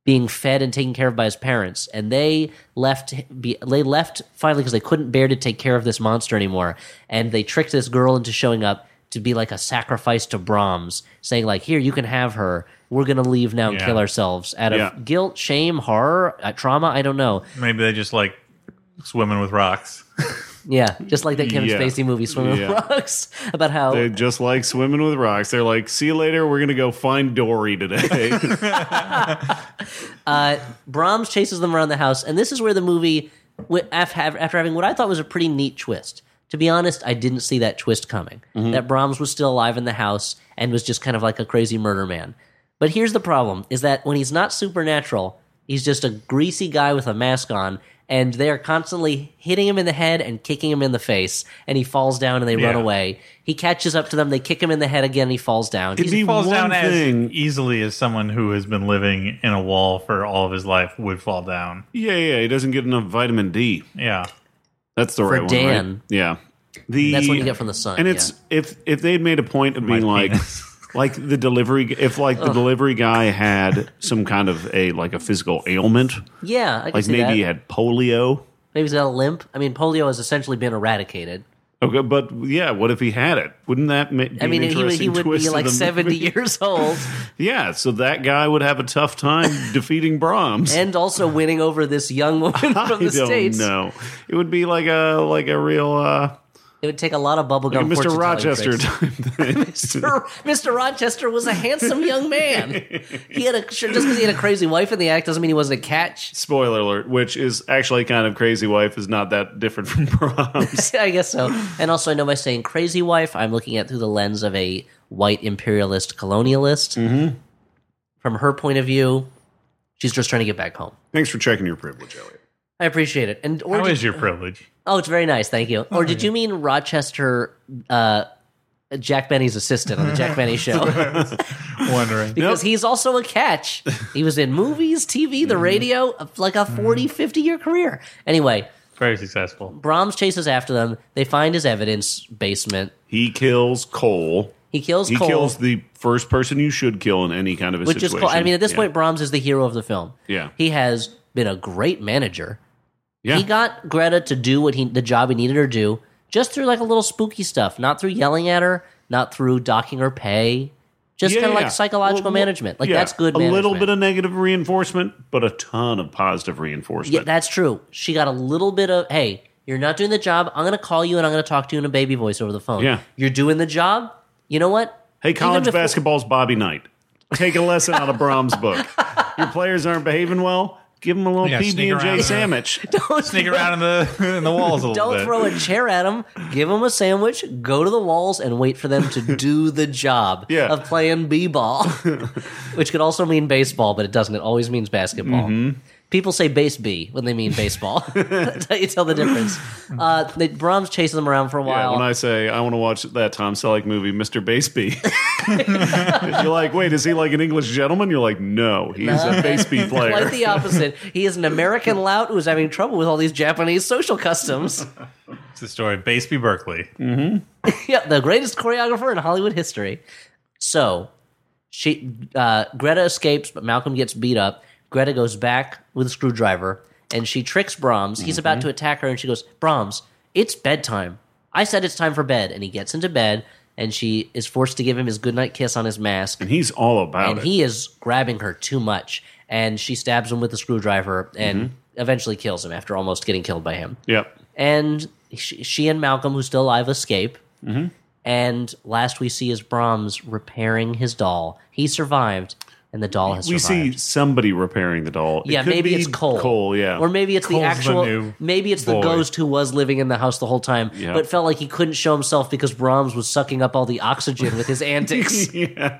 Speaker 2: being fed and taken care of by his parents, and they left. Be, they left finally because they couldn't bear to take care of this monster anymore, and they tricked this girl into showing up to be like a sacrifice to Brahms, saying like, "Here, you can have her. We're gonna leave now and
Speaker 1: Yeah.
Speaker 2: kill ourselves out of
Speaker 3: Yeah.
Speaker 2: guilt, shame, horror, uh, trauma. I don't know.
Speaker 1: Maybe they just like swimming with rocks.
Speaker 2: Yeah, just like that Kevin
Speaker 3: Yeah.
Speaker 2: Spacey movie, Swimming
Speaker 3: Yeah.
Speaker 2: with Rocks, about how
Speaker 3: They just like swimming with rocks. They're like, see you later. We're going to go find Dory today.
Speaker 2: uh, Brahms chases them around the house, and this is where the movie, wi- af- have- after having what I thought was a pretty neat twist. To be honest, I didn't see that twist coming.
Speaker 3: Mm-hmm.
Speaker 2: That Brahms was still alive in the house and was just kind of like a crazy murder man. But here's the problem: is that when he's not supernatural, he's just a greasy guy with a mask on, and they are constantly hitting him in the head and kicking him in the face, and he falls down and they run
Speaker 1: Yeah.
Speaker 2: away. He catches up to them, they kick him in the head again, and he falls down. He's-
Speaker 3: It'd be
Speaker 1: He falls down
Speaker 3: one thing.
Speaker 1: as easily as someone who has been living in a wall for all of his life would fall down.
Speaker 3: yeah, yeah. He doesn't get enough vitamin D.
Speaker 1: Yeah.
Speaker 3: That's the right one.
Speaker 2: Dan.
Speaker 3: Right? Yeah. The,
Speaker 2: That's what you get from the sun,
Speaker 3: And it's if if they'd made a point of being like like the delivery if like the delivery guy had some kind of a like a physical ailment,
Speaker 2: yeah, I can
Speaker 3: like
Speaker 2: see
Speaker 3: maybe
Speaker 2: that.
Speaker 3: he had polio.
Speaker 2: Maybe he's got a limp. I mean, polio has essentially been eradicated.
Speaker 3: Okay, but yeah, what if he had it? Wouldn't that ma- be
Speaker 2: I mean,
Speaker 3: an
Speaker 2: he, would-
Speaker 3: interesting
Speaker 2: he would
Speaker 3: twist
Speaker 2: be
Speaker 3: of
Speaker 2: like
Speaker 3: the
Speaker 2: 70
Speaker 3: movie?
Speaker 2: years old
Speaker 3: Yeah, so that guy would have a tough time defeating Brahms.
Speaker 2: and also winning over this young woman from
Speaker 3: I
Speaker 2: the
Speaker 3: don't
Speaker 2: States.
Speaker 3: know. It would be like a like a real uh
Speaker 2: It would take a lot of bubblegum.
Speaker 3: Like a Mr.
Speaker 2: fortune-telling
Speaker 3: Rochester
Speaker 2: tricks.
Speaker 3: type thing.
Speaker 2: Mr. Mr. Rochester was a handsome young man. He had a sure, just because he had a crazy wife in the act doesn't mean he wasn't a catch.
Speaker 3: Spoiler alert, which is actually kind of crazy wife is not that different from Brahms.
Speaker 2: I guess so. And also, I know by saying crazy wife, I'm looking at it through the lens of a white imperialist colonialist.
Speaker 3: Mm-hmm.
Speaker 2: From her point of view, she's just trying to get back home.
Speaker 3: Thanks for checking your privilege, Elliot.
Speaker 2: I appreciate it. And or
Speaker 1: How
Speaker 2: did-
Speaker 1: is your privilege?
Speaker 2: oh, it's very nice, thank you. Or did you mean Rochester? Uh, Jack Benny's assistant on the Jack Benny show
Speaker 1: Wondering.
Speaker 2: because he's also a catch. He was in movies, TV,
Speaker 3: Mm-hmm.
Speaker 2: the radio, uh, like a 40, 50 year career. Anyway,
Speaker 1: Very successful.
Speaker 2: Brahms chases after them. They find his evidence basement.
Speaker 3: He kills Cole.
Speaker 2: He kills
Speaker 3: He
Speaker 2: Cole.
Speaker 3: kills the first person you should kill in any kind of a
Speaker 2: which
Speaker 3: situation.
Speaker 2: is cool. I mean, at this
Speaker 3: Yeah.
Speaker 2: point, Brahms is the hero of the film.
Speaker 3: Yeah.
Speaker 2: he has been a great manager.
Speaker 3: yeah.
Speaker 2: He got Greta to do what he the job he needed her to do, just through like a little spooky stuff, not through yelling at her, not through docking her pay, just
Speaker 3: Yeah,
Speaker 2: kind of
Speaker 3: yeah.
Speaker 2: like psychological
Speaker 3: Well, well,
Speaker 2: management. Like
Speaker 3: yeah.
Speaker 2: that's good.
Speaker 3: A little
Speaker 2: management.
Speaker 3: bit of negative reinforcement, but a ton of positive
Speaker 2: yeah,
Speaker 3: reinforcement.
Speaker 2: that's true. She got a little bit of hey, you're not doing the job. I'm gonna call you and I'm gonna talk to you in a baby voice over the phone.
Speaker 3: Yeah.
Speaker 2: you're doing the job. You know what?
Speaker 3: hey,
Speaker 2: Even
Speaker 3: college
Speaker 2: before-
Speaker 3: basketball's Bobby Knight. Take a lesson out of Brahms' book. Your players aren't behaving well. Give them a little
Speaker 1: Yeah,
Speaker 3: PB
Speaker 1: sneak
Speaker 3: and
Speaker 1: around in
Speaker 3: J
Speaker 1: the-
Speaker 3: sandwich.
Speaker 2: Don't
Speaker 1: Sneak around in the in the walls a little
Speaker 2: Don't
Speaker 1: bit.
Speaker 2: throw a chair at them. Give them a sandwich. Go to the walls and wait for them to do the job
Speaker 3: Yeah.
Speaker 2: of playing b-ball, which could also mean baseball, but it doesn't. It always means basketball.
Speaker 3: Mm-hmm.
Speaker 2: People say base b when they mean baseball. That's how you tell the difference. Uh, they, Brahms chases them around for a
Speaker 3: Yeah,
Speaker 2: while.
Speaker 3: when I say I want to watch that Tom Selleck movie, Mr. Baseby, you're like, wait, is he like an English gentleman? You're like, no, he's a Baseby player.
Speaker 2: Quite the opposite. He is an American lout who is having trouble with all these Japanese social customs.
Speaker 1: It's the story of Baseby Berkeley.
Speaker 2: yeah, the greatest choreographer in Hollywood history. So she uh, Greta escapes, but Malcolm gets beat up. Greta goes back with a screwdriver, and she tricks Brahms. He's about to attack her, and she goes, "Brahms, it's bedtime. I said it's time for bed." And he gets into bed, and she is forced to give him his goodnight kiss on his mask,
Speaker 3: and he's all about
Speaker 2: and
Speaker 3: it.
Speaker 2: he is grabbing her too much, and she stabs him with a screwdriver, and eventually kills him after almost getting killed by him
Speaker 3: yep.
Speaker 2: and she, she and Malcolm, who's still alive, escape. Mm-hmm. And last we see is Brahms repairing his doll. He survived, and the doll has
Speaker 3: We see
Speaker 2: survived.
Speaker 3: somebody repairing the doll. It
Speaker 2: yeah,
Speaker 3: could
Speaker 2: maybe
Speaker 3: be
Speaker 2: it's Cole.
Speaker 3: Cole, yeah.
Speaker 2: Or maybe it's
Speaker 1: Cole's
Speaker 2: the
Speaker 1: the
Speaker 2: actual.
Speaker 1: new
Speaker 2: maybe it's the
Speaker 1: boy.
Speaker 2: ghost who was living in the house the whole time,
Speaker 3: Yeah.
Speaker 2: but felt like he couldn't show himself because Brahms was sucking up all the oxygen with his antics.
Speaker 3: yeah.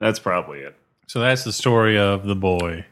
Speaker 3: That's probably it.
Speaker 1: So that's the story of the boy.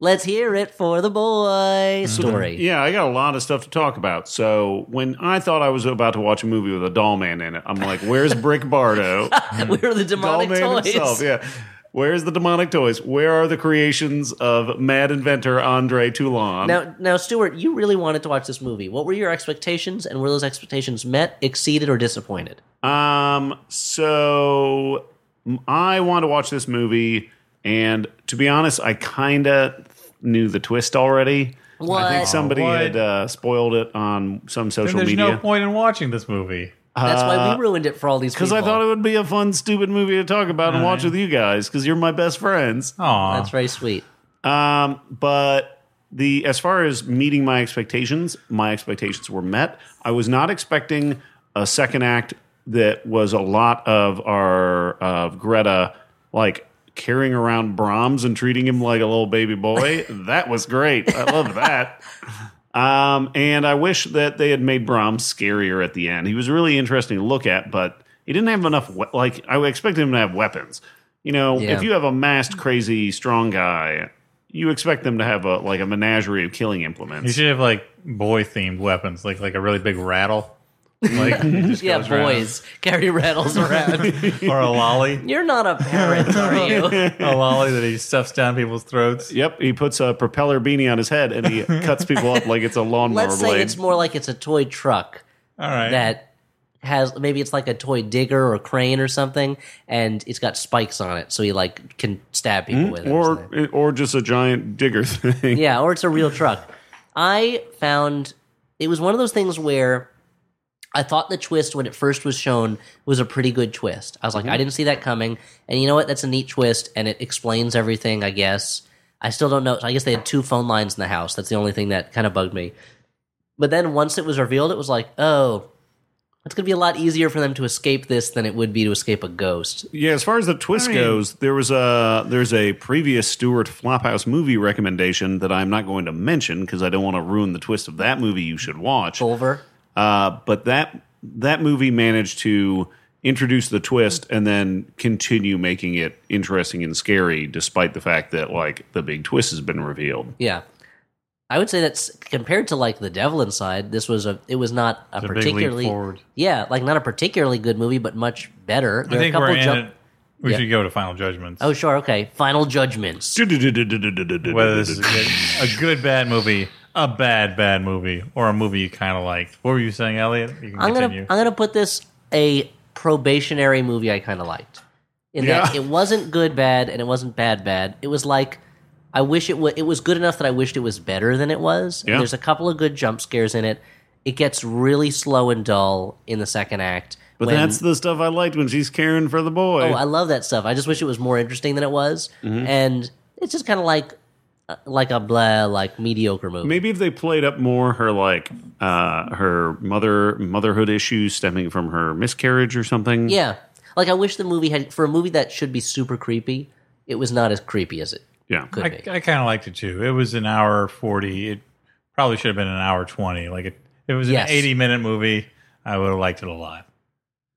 Speaker 2: Let's hear it for the boy story.
Speaker 3: Mm-hmm. Yeah, I got a lot of stuff to talk about. So when I thought I was about to watch a movie with a doll man in it, I'm like, where's Brick Bardo?
Speaker 2: We're the
Speaker 3: doll
Speaker 2: demonic
Speaker 3: man
Speaker 2: toys.
Speaker 3: himself, yeah. Where's the demonic toys? Where are the creations of mad inventor Andre Toulon?
Speaker 2: Now, now, Stuart, you really wanted to watch this movie. What were your expectations, and were those expectations met, exceeded, or disappointed?
Speaker 3: Um, so m- I want to watch this movie, and to be honest, I kind of knew the twist already. I
Speaker 2: What?
Speaker 3: think somebody
Speaker 1: What?
Speaker 3: had uh, spoiled it on some
Speaker 1: And
Speaker 3: social
Speaker 1: there's
Speaker 3: media
Speaker 1: no point in watching this movie.
Speaker 2: That's why we ruined it for all these people.
Speaker 3: because Uh, I thought it would be a fun, stupid movie to talk about and watch with you guys because you're my best friends.
Speaker 1: Aw.
Speaker 2: That's very sweet.
Speaker 3: Um, but the as far as meeting my expectations, my expectations were met. I was not expecting a second act that was a lot of our of Greta like carrying around Brahms and treating him like a little baby boy. that was great. I loved that. Um, and I wish that they had made Brahms scarier at the end. He was really interesting to look at, but he didn't have enough. We- like I expected him to have weapons. You know,
Speaker 2: Yeah.
Speaker 3: if you have a masked, crazy, strong guy, you expect them to have a like a menagerie of killing implements.
Speaker 1: You should have like boy themed weapons, like like a really big rattle. Like it just
Speaker 2: Yeah,
Speaker 1: goes around.
Speaker 2: boys carry rattles around.
Speaker 1: Or a lolly.
Speaker 2: You're not a parent, are you?
Speaker 1: A lolly that he stuffs down people's throats.
Speaker 3: Yep, he puts a propeller beanie on his head and he cuts people up like it's a lawnmower
Speaker 2: Let's say
Speaker 3: blade.
Speaker 2: it's more like it's a toy truck
Speaker 1: All right.
Speaker 2: that has maybe it's like a toy digger or crane or something, and it's got spikes on it, so you like can stab people with it. or something.
Speaker 3: Hmm? or or just a giant digger thing.
Speaker 2: Yeah, or it's a real truck. I found it was one of those things where I thought the twist when it first was shown was a pretty good twist. I was like, I didn't see that coming. And you know what? That's a neat twist and it explains everything, I guess. I still don't know. I guess they had two phone lines in the house. That's the only thing that kind of bugged me. But then once it was revealed, it was like, oh, it's going to be a lot easier for them to escape this than it would be to escape a ghost.
Speaker 3: Yeah, as far as the twist goes, there was a there's a previous Stuart Flophouse movie recommendation that I'm not going to mention because I don't want to ruin the twist of that movie. You should watch.
Speaker 2: Over.
Speaker 3: Uh, but that that movie managed to introduce the twist and then continue making it interesting and scary, despite the fact that like the big twist has been revealed.
Speaker 2: Yeah. I would say that's compared to like The Devil Inside, this was a it was not a
Speaker 1: It's a big leap
Speaker 2: particularly
Speaker 1: forward.
Speaker 2: yeah, like not a particularly good movie, but much better.
Speaker 1: I
Speaker 2: There are a
Speaker 1: think
Speaker 2: couple
Speaker 1: we're in
Speaker 2: jump.
Speaker 1: it. We
Speaker 2: Yeah.
Speaker 1: should go to final judgments.
Speaker 2: Oh sure, okay. Final judgments.
Speaker 1: whether this is a good, a good bad movie, a bad bad movie, or a movie you kind of liked. What were you saying, Elliot? You can
Speaker 2: I'm gonna
Speaker 1: continue.
Speaker 2: I'm gonna put this a probationary movie I kind of liked. In that
Speaker 3: Yeah.
Speaker 2: it wasn't good bad and it wasn't bad bad. It was like I wish it was it was good enough that I wished it was better than it was. And
Speaker 3: Yeah.
Speaker 2: There's a couple of good jump scares in it. It gets really slow and dull in the second act.
Speaker 3: But
Speaker 2: when-
Speaker 3: that's the stuff I liked when she's caring for the boy.
Speaker 2: Oh, I love that stuff. I just wish it was more interesting than it was.
Speaker 3: Mm-hmm.
Speaker 2: And it's just kind of like uh, like a blah like mediocre movie.
Speaker 3: Maybe if they played up more her like uh, her mother motherhood issues stemming from her miscarriage or something.
Speaker 2: Yeah. Like I wish the movie had for a movie that should be super creepy, it was not as creepy as it
Speaker 3: yeah.
Speaker 2: could
Speaker 1: I,
Speaker 2: be.
Speaker 1: I kind of liked it too. It was an hour forty. It probably should have been an hour twenty. Like it, it was
Speaker 2: Yes.
Speaker 1: an eighty-minute movie. I would have liked it a lot.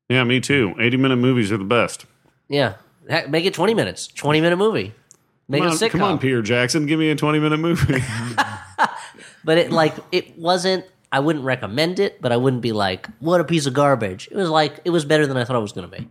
Speaker 3: Yeah, me too. Eighty minute movies are the best.
Speaker 2: Yeah. Heck, make it 20 minutes. 20 minute movie. Make
Speaker 3: Come
Speaker 2: it a
Speaker 3: on,
Speaker 2: sitcom.
Speaker 3: come on, Peter Jackson, give me a twenty minute movie.
Speaker 2: But it like it wasn't I wouldn't recommend it, but I wouldn't be like, what a piece of garbage. It was like it was better than I thought it was going to be.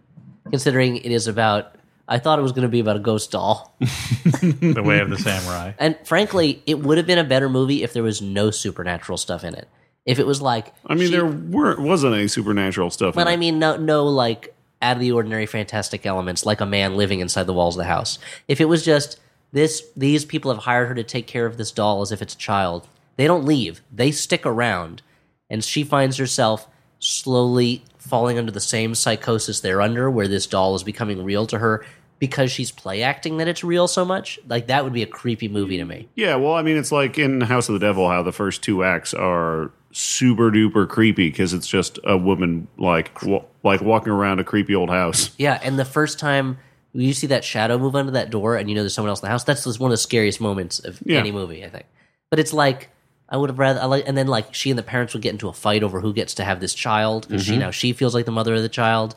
Speaker 2: Considering it is about I thought it was going to be about a ghost doll.
Speaker 1: The Way of the Samurai.
Speaker 2: And frankly, it would have been a better movie if there was no supernatural stuff in it. If it was like
Speaker 3: I mean,
Speaker 2: she-
Speaker 3: there weren't wasn't any supernatural stuff.
Speaker 2: But
Speaker 3: in
Speaker 2: I
Speaker 3: it.
Speaker 2: mean, no, no, like out of the ordinary, fantastic elements, like a man living inside the walls of the house. If it was just this, these people have hired her to take care of this doll as if it's a child. They don't leave; they stick around, and she finds herself slowly falling under the same psychosis they're under, where this doll is becoming real to her because she's play acting that it's real so much. Like that would be a creepy movie to me.
Speaker 3: yeah. Well, I mean, it's like in House of the Devil how the first two acts are super duper creepy because it's just a woman like wa- like walking around a creepy old house.
Speaker 2: Yeah, and the first time you see that shadow move under that door and you know there's someone else in the house, that's just one of the scariest moments of
Speaker 3: Yeah.
Speaker 2: any movie, I think. But it's like I would have rather I like and then like she and the parents would get into a fight over who gets to have this child because
Speaker 3: Mm-hmm.
Speaker 2: she now she feels like the mother of the child.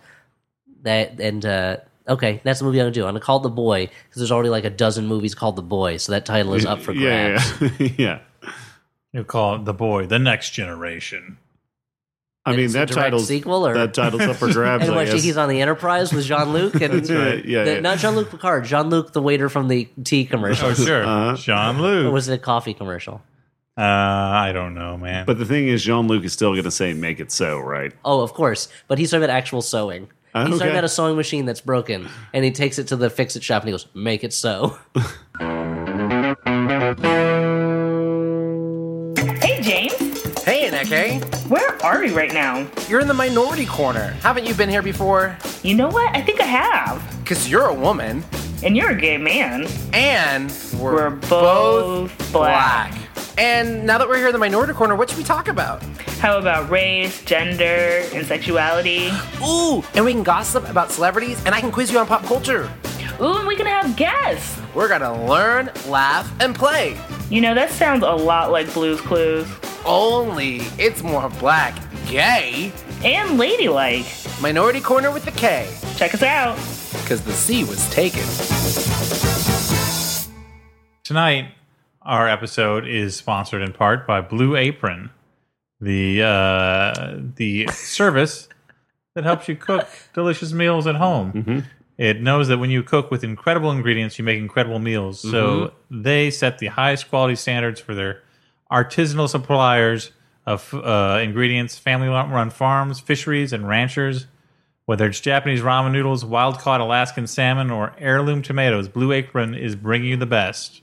Speaker 2: That and uh okay, that's the movie I'm gonna do. I'm gonna call it the boy because there's already like a dozen movies called the boy, so that title is up for grabs.
Speaker 3: yeah, yeah. yeah.
Speaker 1: You call it the boy, the next generation.
Speaker 3: I mean,
Speaker 2: it's a
Speaker 3: that
Speaker 2: direct
Speaker 3: title's
Speaker 2: sequel, or-
Speaker 3: that title's up for grabs.
Speaker 2: And
Speaker 3: I
Speaker 2: what,
Speaker 3: guess.
Speaker 2: he's on the Enterprise with Jean Luc and
Speaker 3: right. Yeah,
Speaker 2: the-
Speaker 3: yeah.
Speaker 2: not Jean Luc Picard, Jean Luc the waiter from the tea commercial.
Speaker 1: Oh sure,
Speaker 3: Uh-huh.
Speaker 1: Sean
Speaker 2: or
Speaker 1: Luke.
Speaker 2: was it a coffee commercial?
Speaker 1: Uh, I don't know, man.
Speaker 3: But the thing is, Jean Luc is still going to say "make it so," right?
Speaker 2: Oh, of course. But he's talking about actual sewing.
Speaker 3: Oh,
Speaker 2: he's talking
Speaker 3: okay.
Speaker 2: about a sewing machine that's broken, and he takes it to the fix it shop and he goes, "Make it sew."
Speaker 4: Hey, James,
Speaker 5: Hey, Aneke.
Speaker 4: where are we right now?
Speaker 5: You're in the minority corner. Haven't you been here before?
Speaker 4: You know what? I think I have.
Speaker 5: Because you're a woman,
Speaker 4: And you're a gay man.
Speaker 5: and we're,
Speaker 4: We're both black.
Speaker 5: And now that we're here in the minority corner, what should we talk about?
Speaker 4: How about race, gender, and sexuality?
Speaker 5: Ooh, and we can gossip about celebrities, and I can quiz you on pop culture.
Speaker 4: Ooh, and we can have guests.
Speaker 5: We're gonna learn, laugh, and play.
Speaker 4: You know, that sounds a lot like Blues Clues.
Speaker 5: Only it's more black, gay,
Speaker 4: And ladylike.
Speaker 5: minority corner with the K,
Speaker 4: Check us out.
Speaker 5: because the C was taken.
Speaker 1: Tonight, our episode is sponsored in part by Blue Apron, the uh, the service that helps you cook delicious meals at home. It knows that when you cook with incredible ingredients, you make incredible meals. So they set the highest quality standards for their artisanal suppliers of uh, ingredients, family-run farms, fisheries, and ranchers. Whether it's Japanese ramen noodles, wild caught Alaskan salmon, or heirloom tomatoes, Blue Apron is bringing you the best.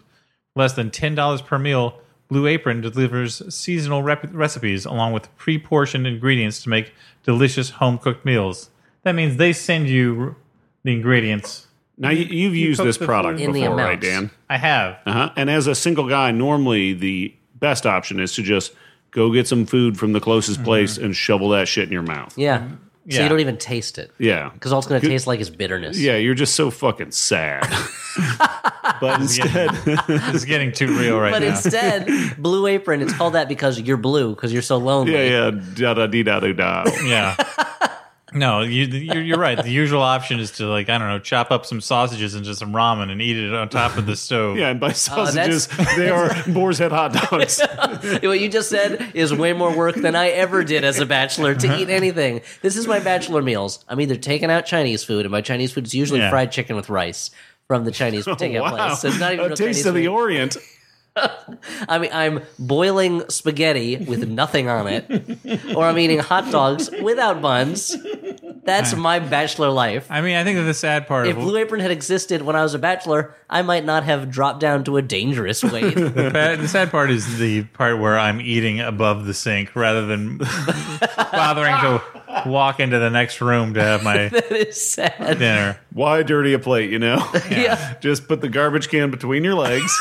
Speaker 1: For Less than $10 per meal, Blue Apron delivers seasonal rep- recipes along with pre portioned ingredients to make delicious home cooked meals. That means they send you the ingredients.
Speaker 3: Now you, you've used
Speaker 1: cooked
Speaker 3: this
Speaker 1: the
Speaker 3: product
Speaker 1: food. In
Speaker 2: the
Speaker 3: before, Uh-huh. right,
Speaker 2: amounts.
Speaker 3: Dan?
Speaker 1: I have.
Speaker 3: Uh-huh. And as a single guy, normally the best option is to just Go get some food from the closest
Speaker 1: Mm-hmm.
Speaker 3: place and shovel that shit in your mouth.
Speaker 2: Yeah. So
Speaker 1: Yeah.
Speaker 2: you don't even taste it.
Speaker 3: Yeah.
Speaker 2: Because all it's going to
Speaker 3: Good-
Speaker 2: taste like is bitterness.
Speaker 3: Yeah, you're just so fucking sad. but instead,
Speaker 1: This is getting too real right
Speaker 2: But
Speaker 1: now.
Speaker 2: instead, Blue Apron, it's called that because you're blue, because you're so lonely.
Speaker 3: yeah, yeah, da da dee da do da.
Speaker 2: Oh,
Speaker 1: Yeah. No, you, you're, you're right. The usual option is to like I don't know, chop up some sausages into some ramen and eat it on top of the stove.
Speaker 3: Yeah, and by sausages,
Speaker 2: that's-
Speaker 3: they are boar's head hot dogs.
Speaker 2: what you just said is way more work than I ever did as a bachelor to eat anything. This is my bachelor meals. I'm either taking out Chinese food, and my Chinese food is usually
Speaker 1: Yeah.
Speaker 2: fried chicken with rice from the Chinese takeout place. So it's not even
Speaker 3: Oh, a
Speaker 2: real
Speaker 3: taste
Speaker 2: Chinese
Speaker 3: of the
Speaker 2: food.
Speaker 3: Orient.
Speaker 2: I mean, I'm boiling spaghetti with nothing on it, or I'm eating hot dogs without buns. That's my bachelor life.
Speaker 1: I mean, I think that the sad part
Speaker 2: If
Speaker 1: of
Speaker 2: Blue Apron had existed when I was a bachelor, I might not have dropped down to a dangerous weight.
Speaker 1: the, fa- the sad part is the part where I'm eating above the sink rather than bothering to walk into the next room to have my
Speaker 2: that is sad.
Speaker 1: dinner.
Speaker 3: Why dirty a plate, you know?
Speaker 2: yeah.
Speaker 3: Just put the garbage can between your legs.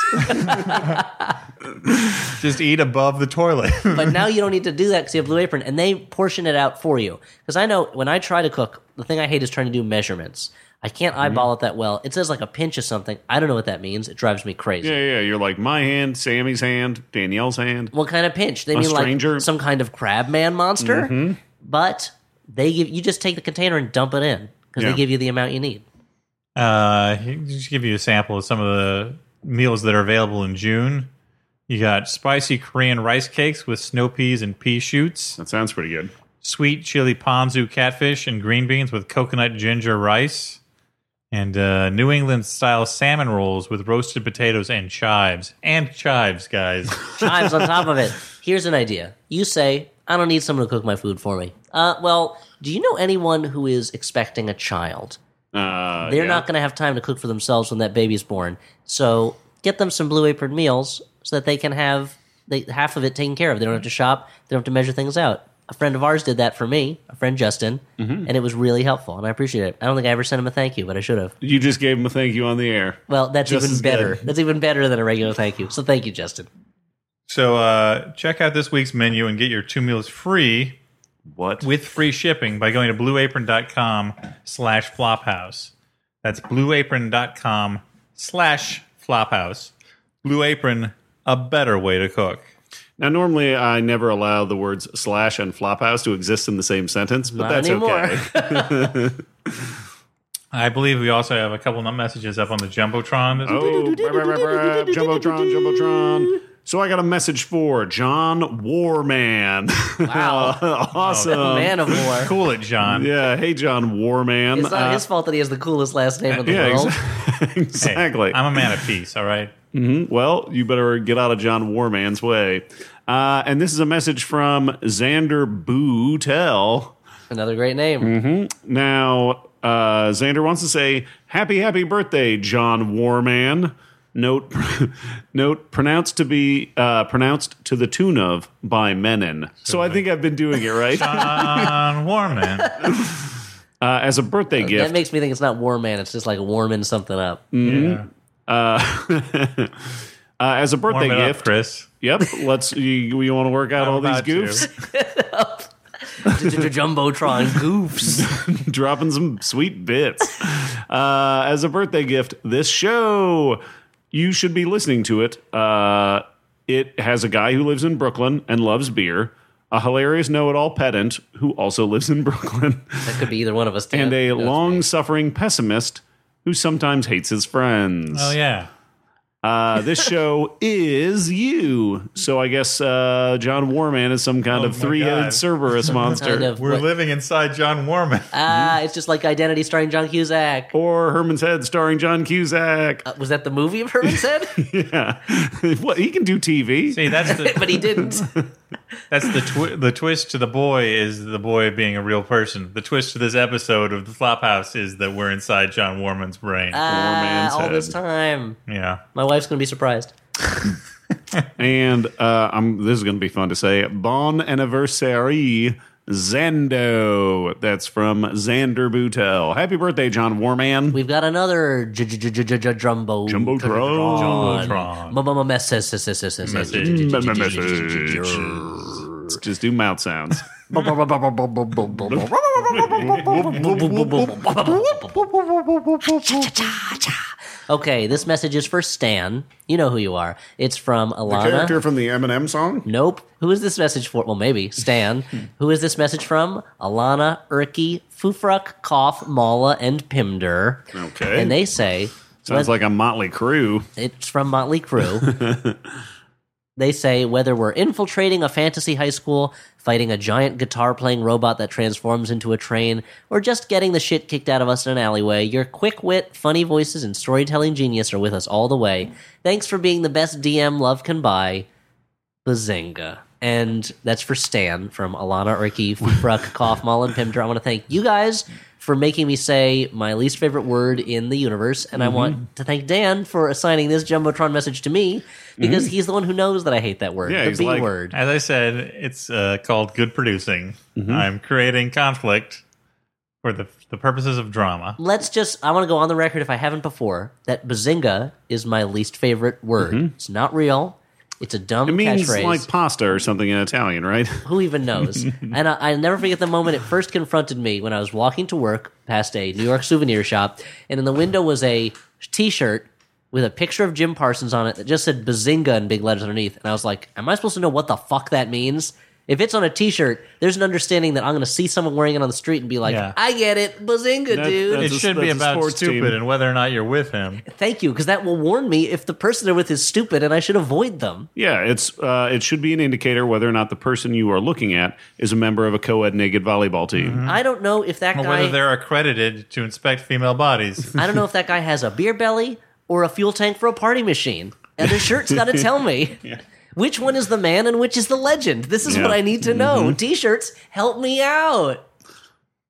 Speaker 1: Just eat above the toilet.
Speaker 2: but now you don't need to do that because you have Blue Apron, and they portion it out for you. Because I know when I try to cook, the thing I hate is trying to do measurements. I can't eyeball it that well. It says like a pinch of something. I don't know what that means. It drives me crazy.
Speaker 3: yeah, yeah, you're like my hand, Sammy's hand, Danielle's hand.
Speaker 2: What kind of pinch? They mean
Speaker 3: stranger? Mm-hmm.
Speaker 2: like some kind of crab man monster. But they give you just take the container and dump it in because
Speaker 3: Yeah.
Speaker 2: they give you the amount you need.
Speaker 1: Uh, here- just give you a sample of some of the meals that are available in June. You got spicy Korean rice cakes with snow peas and pea shoots,
Speaker 3: That sounds pretty good.
Speaker 1: sweet chili ponzu catfish and green beans with coconut ginger rice, and uh, New England style salmon rolls with roasted potatoes and chives. And chives, guys.
Speaker 2: Chives on top of it. Here's an idea. You say, I don't need someone to cook my food for me. Uh, well, do you know anyone who is expecting a child?
Speaker 3: Uh,
Speaker 2: They're
Speaker 3: yeah.
Speaker 2: not going to have time to cook for themselves when that baby's born. So get them some blue apron meals so that they can have they, half of it taken care of. They don't have to shop. They don't have to measure things out. A friend of ours did that for me, a friend Justin,
Speaker 3: Mm-hmm.
Speaker 2: and it was really helpful, and I appreciate it. I don't think I ever sent him a thank you, but I should have.
Speaker 3: You just gave him a thank you on the air.
Speaker 2: Well, that's
Speaker 3: Just as
Speaker 2: even
Speaker 3: good.
Speaker 2: better. That's even better than a regular thank you. So thank you, Justin.
Speaker 1: so uh, check out this week's menu and get your two meals free
Speaker 3: What?
Speaker 1: with free shipping by going to blueapron.com slash flophouse. That's blueapron.com slash flophouse. Blue Apron, a better way to cook.
Speaker 3: Now, normally I never allow the words slash and flophouse to exist in the same sentence,
Speaker 2: Not
Speaker 3: but that's
Speaker 2: anymore.
Speaker 3: okay.
Speaker 1: I believe we also have a couple of messages up on the Jumbotron. This
Speaker 3: Oh, brah, brah, brah, brah, Jumbotron, Jumbotron. So I got a message for John Warman.
Speaker 2: Wow.
Speaker 3: awesome.
Speaker 2: Man of war.
Speaker 1: Cool it, John.
Speaker 3: Yeah. Hey, John Warman.
Speaker 2: It's not
Speaker 3: Uh,
Speaker 2: his fault that he has the coolest last name in the
Speaker 3: yeah,
Speaker 2: world.
Speaker 3: ex-
Speaker 1: Hey,
Speaker 3: exactly.
Speaker 1: I'm a man of peace, all right?
Speaker 3: well, you better get out of John Warman's way. Uh, and this is a message from Xander Bootel.
Speaker 2: Another great name.
Speaker 3: Mm-hmm. Now, uh, Xander wants to say, Happy, happy birthday, John Warman. Note, note, pronounced to be uh, pronounced to the tune of by Menon. So I think I've been doing it right uh,
Speaker 1: John Warman.
Speaker 3: as a birthday
Speaker 2: That
Speaker 3: gift.
Speaker 2: makes me think it's not war man. It's just like warming something up.
Speaker 3: Mm-hmm.
Speaker 1: Yeah.
Speaker 3: Uh, uh, as a birthday
Speaker 1: Warm it up,
Speaker 3: gift.
Speaker 1: Chris.
Speaker 3: Yep. Let's. You, you want to work out all these
Speaker 1: About you.
Speaker 3: goofs?
Speaker 2: Jumbotron goofs.
Speaker 3: dropping some sweet bits. Uh, as a birthday gift, this show, you should be listening to it. Uh, it has a guy who lives in Brooklyn and loves beer, a hilarious know it all pedant who also lives in Brooklyn,
Speaker 2: That could be either one of us. Dan.
Speaker 3: and a
Speaker 2: That's me.
Speaker 3: long suffering pessimist who sometimes hates his friends.
Speaker 1: Oh, yeah.
Speaker 3: Uh, this show is you. So I guess uh, John Warman is some kind
Speaker 1: Oh
Speaker 3: of
Speaker 1: my
Speaker 3: three headed
Speaker 1: God.
Speaker 3: Cerberus monster.
Speaker 2: kind of.
Speaker 1: We're
Speaker 2: what-
Speaker 1: living inside John Warman.
Speaker 2: ah, it's just like Identity starring John Cusack.
Speaker 3: Or Herman's Head starring John Cusack.
Speaker 2: Was that the movie of Herman said?
Speaker 3: Yeah, what he can do TV.
Speaker 1: See, that's the
Speaker 2: but he didn't.
Speaker 1: That's the twi- the twist to the boy is the boy being a real person. The twist to this episode of the Flophouse is that we're inside John Warman's brain.
Speaker 2: Ah,
Speaker 3: man's
Speaker 2: all this
Speaker 3: head.
Speaker 2: time.
Speaker 1: yeah,
Speaker 2: My wife's gonna be surprised.
Speaker 3: And uh, I'm this is going to be fun to say. Bon anniversary, Zando. That's from Xander Boutel. Happy birthday, John Warman.
Speaker 2: We've got another j- j- j- j- j- j- jumbo
Speaker 3: Jumbotron.
Speaker 1: Jumbotron.
Speaker 2: Mama message.
Speaker 1: Message.
Speaker 3: Message. Let's just do mouth sounds.
Speaker 2: Okay, this message is for Stan. You know who you are. It's from Alana.
Speaker 3: Character from the Eminem song?
Speaker 2: Nope. Who is this message for? Well, maybe Stan.
Speaker 3: Hmm.
Speaker 2: Who is this message from? Alana, Erky, Fufruk, Koff, Mala, and Pimder.
Speaker 3: Okay.
Speaker 2: And they say
Speaker 3: Sounds
Speaker 2: wheth-
Speaker 3: like a Motley Crue.
Speaker 2: it's from Motley Crue. they say whether we're infiltrating a fantasy high school, fighting a giant guitar playing robot that transforms into a train, or just getting the shit kicked out of us in an alleyway, your quick wit, funny voices, and storytelling genius are with us all the way. Thanks for being the best DM love can buy. Bazinga. And that's for Stan from Alana Urki, Fruck, Kauf, Mullen, Pimter. I want to thank you guys for making me say my least favorite word in the universe. And I
Speaker 3: Mm-hmm.
Speaker 2: want to thank Dan for assigning this Jumbotron message to me because he's the one who knows that I hate that word.
Speaker 3: Mm-hmm. Yeah,
Speaker 2: the
Speaker 3: he's
Speaker 2: B
Speaker 3: like-
Speaker 2: word.
Speaker 1: As I said, it's uh, called good producing.
Speaker 3: Mm-hmm.
Speaker 1: I'm creating conflict for the the purposes of drama.
Speaker 2: Let's just, I want to go on the record if I haven't before that Bazinga is my least favorite word. It's not real. It's a dumb
Speaker 3: Mm-hmm. It means
Speaker 2: catchphrase.
Speaker 3: like pasta or something in Italian, right?
Speaker 2: who even knows? and I, I'll never forget the moment it first confronted me when I was walking to work past a New York souvenir shop, and in the window was a t shirt with a picture of Jim Parsons on it that just said Bazinga in big letters underneath. And I was like, Am I supposed to know what the fuck that means? If it's on a t shirt, there's an understanding that I'm going to see someone wearing it on the street and be like,
Speaker 1: Yeah.
Speaker 2: I get it, Bazinga,
Speaker 3: That-
Speaker 2: dude.
Speaker 3: that's
Speaker 1: It
Speaker 3: a-
Speaker 1: should be
Speaker 3: that's a
Speaker 1: about
Speaker 3: sports
Speaker 1: stupid
Speaker 3: team.
Speaker 1: and whether or not you're with him.
Speaker 2: Thank you, because that will warn me if the person they're with is stupid and I should avoid them.
Speaker 3: Yeah, it's uh, it should be an indicator whether or not the person you are looking at is a member of a co-ed naked volleyball team.
Speaker 2: I don't know if that
Speaker 1: Or
Speaker 2: guy.
Speaker 1: whether they're accredited to inspect female bodies.
Speaker 2: I don't know if that guy has a beer belly or a fuel tank for a party machine. And the shirt's got to tell me which one is the man and which is the legend. This is
Speaker 3: Yeah.
Speaker 2: what I need to know. T-shirts, help me out.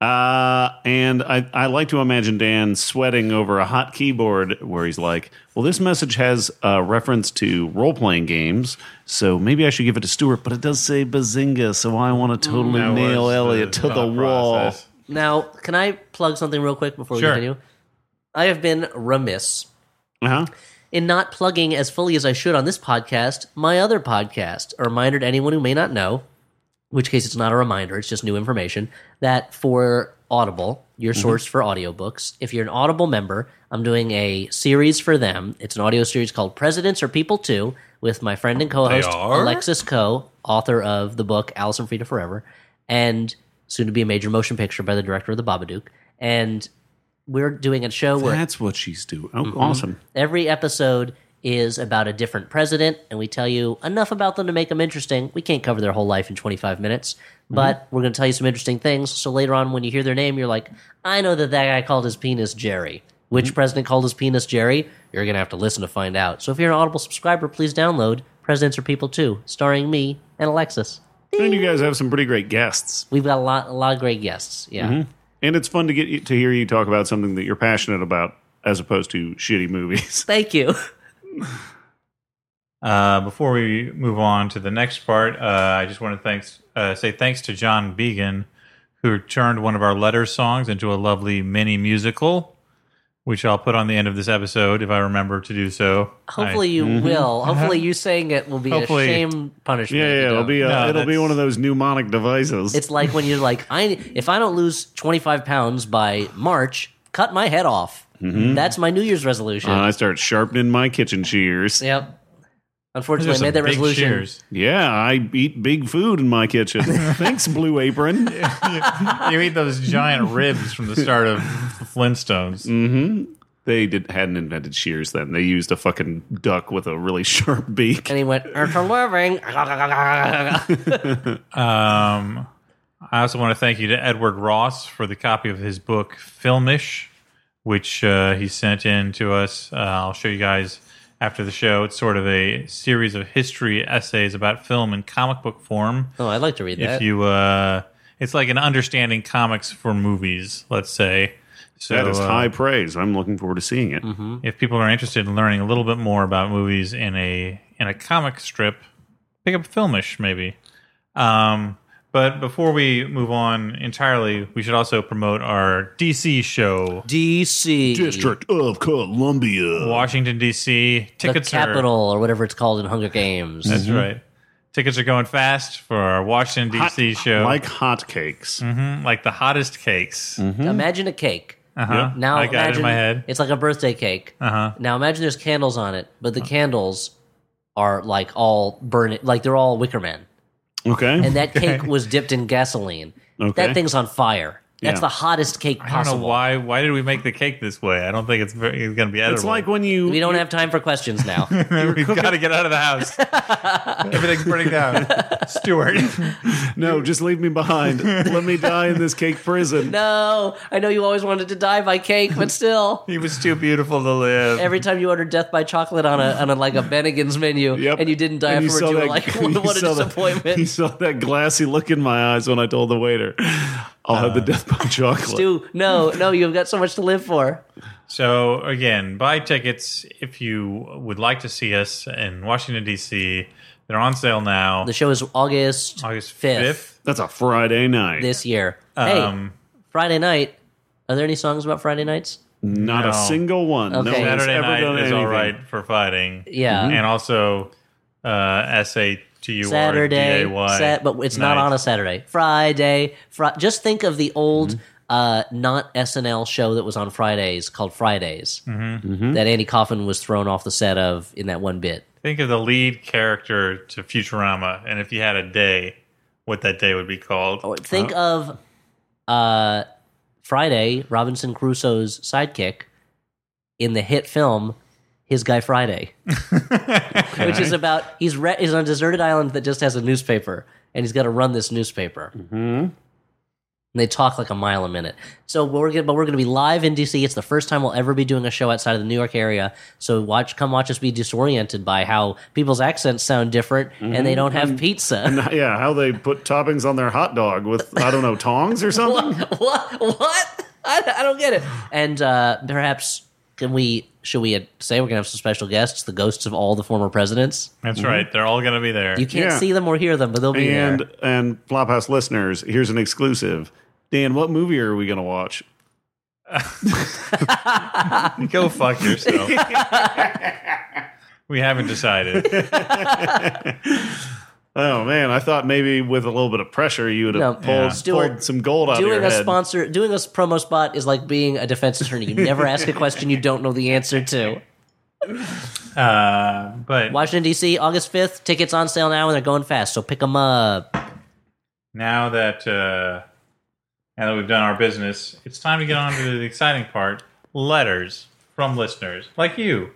Speaker 3: Uh, and I, I like to imagine Dan sweating over a hot keyboard where he's like, well, this message has a reference to role playing games, so maybe I should give it to Stuart, but it does say Bazinga, so I want to totally
Speaker 1: That
Speaker 3: nail
Speaker 1: was
Speaker 3: Elliot to the
Speaker 1: thought
Speaker 3: wall.
Speaker 1: process.
Speaker 2: Now, can I plug something real quick before
Speaker 1: Sure.
Speaker 2: we continue? I have been remiss
Speaker 3: Uh-huh.
Speaker 2: in not plugging as fully as I should on this podcast my other podcast. A reminder to anyone who may not know, in which case it's not a reminder, it's just new information, that for Audible,
Speaker 1: Mm-hmm.
Speaker 2: your source for audiobooks, if you're an Audible member, I'm doing a series for them. It's an audio series called Presidents or People Too with my friend and co host
Speaker 1: They are?
Speaker 2: Alexis Coe, author of the book Alice and Frida Forever, and soon to be a major motion picture by the director of The Babadook. And we're doing a show where
Speaker 3: That's what she's doing. Oh, awesome.
Speaker 2: Every episode is about a different president, and we tell you enough about them to make them interesting. We can't cover their whole life in 25 minutes,
Speaker 3: Mm-hmm.
Speaker 2: but we're going to tell you some interesting things. So later on, when you hear their name, you're like, I know that that guy called his penis Jerry. Which
Speaker 3: Mm-hmm.
Speaker 2: president called his penis Jerry? You're going to have to listen to find out. So if you're an Audible subscriber, please download Presidents Are People Too, starring me and Alexis.
Speaker 3: And you guys have some pretty great guests.
Speaker 2: We've got a lot, a lot of great guests. Yeah.
Speaker 3: Mm-hmm. And it's fun to get you, to hear you talk about something that you're passionate about as opposed to shitty movies.
Speaker 2: Thank you.
Speaker 1: Uh, before we move on to the next part, uh, I just want to thanks uh, say thanks to John Began, who turned one of our letter songs into a lovely mini musical, which I'll put on the end of this episode if I remember to do so.
Speaker 2: Hopefully you
Speaker 3: Mm-hmm.
Speaker 2: will. Hopefully you saying it will be
Speaker 1: Hopefully-
Speaker 2: a shame punishment.
Speaker 3: Yeah,
Speaker 2: if you
Speaker 3: yeah, it'll
Speaker 2: don't.
Speaker 3: be a,
Speaker 1: No,
Speaker 3: it'll be
Speaker 1: that's-
Speaker 3: one of those mnemonic devices.
Speaker 2: It's like when you're like, I if I don't lose 25 pounds by March, cut my head off.
Speaker 1: Mm-hmm.
Speaker 2: That's my New Year's resolution.
Speaker 3: Uh, I start sharpening my kitchen shears.
Speaker 2: yep.
Speaker 1: I
Speaker 2: Unfortunately, I made that resolution.
Speaker 3: Yeah, I eat big food in my kitchen. Thanks, Blue Apron.
Speaker 1: You eat those giant ribs from the start of the Flintstones.
Speaker 3: They did, hadn't invented shears then. They used a fucking duck with a really sharp beak.
Speaker 2: And he went, "Er, "Earn for living."
Speaker 1: Um, I also want to thank you to Edward Ross for the copy of his book Filmish, which uh, he sent in to us. Uh, I'll show you guys after the show. It's sort of a series of history essays about film in comic book form.
Speaker 2: Oh, I'd like to read that.
Speaker 1: If you, uh, it's like an understanding comics for movies, let's say. So
Speaker 3: That is
Speaker 1: uh,
Speaker 3: high praise. I'm looking forward to seeing it.
Speaker 2: Mm-hmm.
Speaker 1: if people are interested in learning a little bit more about movies in a in a comic strip, pick up Filmish maybe. Um, but before we move on entirely, we should also promote our DC show,
Speaker 2: DC,
Speaker 3: District of Columbia.
Speaker 1: Washington DC.
Speaker 2: the
Speaker 1: Tickets are Mm-hmm.
Speaker 2: capital, or whatever it's called in Hunger Games.
Speaker 1: that's right. Tickets are going fast for our Washington
Speaker 3: Mm-hmm. Hot-
Speaker 1: D.C. show,
Speaker 3: Like hotcakes.
Speaker 2: Mm-hmm.
Speaker 1: Mhm, like the hottest cakes.
Speaker 2: Imagine a cake.
Speaker 1: Uh-huh.
Speaker 2: Now
Speaker 1: I got it
Speaker 2: imagine
Speaker 1: in my head.
Speaker 2: it's like a birthday cake.
Speaker 1: Uh-huh.
Speaker 2: Now imagine there's candles on it, but the candles are like all burning, like they're all Wicker Man.
Speaker 3: Okay.
Speaker 2: And that cake was dipped in gasoline.
Speaker 3: Okay.
Speaker 2: That thing's on fire. That's
Speaker 3: Yeah.
Speaker 2: the hottest cake
Speaker 1: I don't
Speaker 2: possible.
Speaker 1: know why. Why did we make the cake this way? I don't think it's very, it's going to be edible.
Speaker 3: it's like when you
Speaker 2: We don't have time for questions now.
Speaker 1: We've got to get out of the house. Everything's burning down. Stuart.
Speaker 3: no, just leave me behind. Let me die in this cake prison.
Speaker 2: no, I know you always wanted to die by cake, but still.
Speaker 1: He was too beautiful to live.
Speaker 2: Every time you ordered death by chocolate on a on a, like a Bennigan's menu,
Speaker 3: Yep.
Speaker 2: and you didn't die
Speaker 3: And
Speaker 2: afterwards,
Speaker 3: saw
Speaker 2: you were
Speaker 3: that-
Speaker 2: like, "What,
Speaker 3: you
Speaker 2: what a
Speaker 3: saw that-
Speaker 2: disappointment!"
Speaker 3: you saw that glassy look in my eyes when I told the waiter, "I'll have the death by chocolate."
Speaker 2: Uh, Stu, no, no, you've got so much to live for.
Speaker 1: So again, buy tickets if you would like to see us in Washington D.C. They're on sale now.
Speaker 2: The show is August
Speaker 1: August
Speaker 2: fifth.
Speaker 1: fifth.
Speaker 3: That's a Friday night.
Speaker 2: this year. hey,
Speaker 1: Um,
Speaker 2: Friday night. Are there any songs about Friday nights?
Speaker 3: Not a
Speaker 1: No.
Speaker 3: single one.
Speaker 2: Okay.
Speaker 3: No one's
Speaker 1: Saturday
Speaker 3: ever done
Speaker 1: night is
Speaker 3: anything.
Speaker 1: all right for fighting.
Speaker 2: Yeah. Mhm.
Speaker 1: and also uh, S A T U R D
Speaker 2: Saturday,
Speaker 1: A Y.
Speaker 2: Sat- but it's not
Speaker 1: night.
Speaker 2: on a Saturday. Friday, fri- just think of the old
Speaker 1: Mm-hmm.
Speaker 2: uh, not SNL show that was on Fridays called Fridays
Speaker 1: Mm-hmm.
Speaker 2: that Andy Coffin was thrown off the set of in that one bit.
Speaker 1: Think of the lead character to Futurama, and if you had a day, what that day would be called.
Speaker 2: Oh, Think of uh, Friday, Robinson Crusoe's sidekick in the hit film His Guy Friday, which is about he's re- he's on a deserted island that just has a newspaper, and he's got to run this newspaper. Mm-hmm. And they talk like a mile a minute. So we're gonna, but we're going to be live in DC. It's the first time we'll ever be doing a show outside of the New York area. So watch, come watch us be disoriented by how people's accents sound different, and they don't have pizza.
Speaker 3: Yeah, how they put toppings on their hot dog with I don't know tongs or something.
Speaker 2: what? What? I, I don't get it. And uh, perhaps can we? Should we uh, say we're gonna have some special guests, the ghosts of all the former presidents?
Speaker 1: That's right. They're all going to be there.
Speaker 2: mm-hmm. You can't
Speaker 3: Yeah.
Speaker 2: see them or hear them, but they'll be
Speaker 3: and
Speaker 2: there.
Speaker 3: and Flophouse listeners, here's an exclusive. Dan, what movie are we going to watch?
Speaker 1: Go fuck yourself. we haven't decided.
Speaker 3: Oh man, I thought maybe with a little bit of pressure you would have
Speaker 2: No,
Speaker 3: pulled,
Speaker 1: Yeah.
Speaker 2: Stuart,
Speaker 3: pulled some gold out of your
Speaker 2: Doing a
Speaker 3: head.
Speaker 2: sponsor, doing a promo spot is like being a defense attorney. You never ask a question you don't know the answer to.
Speaker 1: Uh, but
Speaker 2: Washington D.C. August fifth. Tickets on sale now, and they're going fast. So pick them up.
Speaker 1: now that uh, now that we've done our business, it's time to get on to the exciting part: letters from listeners like you.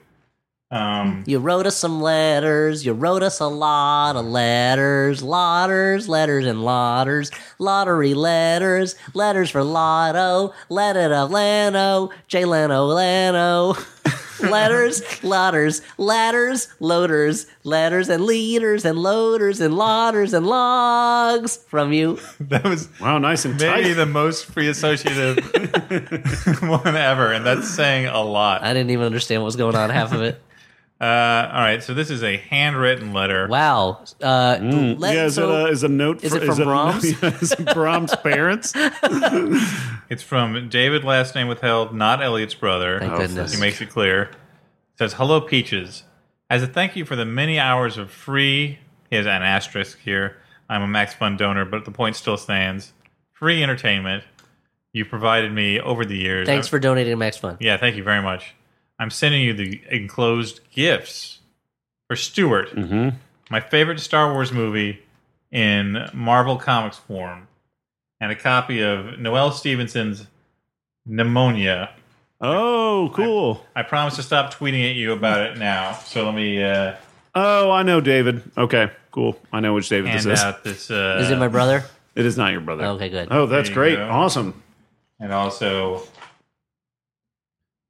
Speaker 1: Um,
Speaker 2: You wrote us some letters. You wrote us a lot of letters. Lotters, letters, and lotters. Lottery letters. Letters for Lotto. Let it up, Lano. Jay Leno, Lano. letters, lotters, ladders, loaders, letters, and leaders, and loaders, and lotters, and logs from you.
Speaker 1: that was
Speaker 3: Wow, nice and
Speaker 1: maybe
Speaker 3: tight.
Speaker 1: the most free associative one ever, and that's saying a lot.
Speaker 2: I didn't even understand what was going on half of it.
Speaker 1: Uh, all right, so this is a handwritten letter.
Speaker 2: Wow. Uh, let-
Speaker 3: Mm, yeah, is,
Speaker 2: so-
Speaker 3: it uh, a, is a note?
Speaker 2: is
Speaker 3: for,
Speaker 2: it from Brahms?
Speaker 3: yeah, is it Brahms' parents?
Speaker 1: It's from David, last name withheld, not Elliot's brother.
Speaker 2: Thank goodness.
Speaker 1: He makes it clear. It says, Hello, Peaches. As a thank you for the many hours of free, he has an asterisk here. I'm a Max Fund donor, but the point still stands. Free entertainment you provided me over the years.
Speaker 2: Thanks for donating to Max Fun.
Speaker 1: Yeah, thank you very much. I'm sending you the enclosed gifts for Stuart,
Speaker 2: Mm-hmm.
Speaker 1: my favorite Star Wars movie in Marvel Comics form, and a copy of Noel Stevenson's Pneumonia.
Speaker 3: Oh, cool.
Speaker 1: I promise to stop tweeting at you about it now. So let me uh,
Speaker 3: Oh, I know David. Okay, cool. I know which David this
Speaker 1: hand
Speaker 3: is.
Speaker 1: out this. Uh,
Speaker 2: Is it my brother?
Speaker 3: It is not your brother.
Speaker 2: Okay, good.
Speaker 3: Oh, that's
Speaker 1: There you
Speaker 3: great.
Speaker 1: go.
Speaker 3: Awesome.
Speaker 1: and also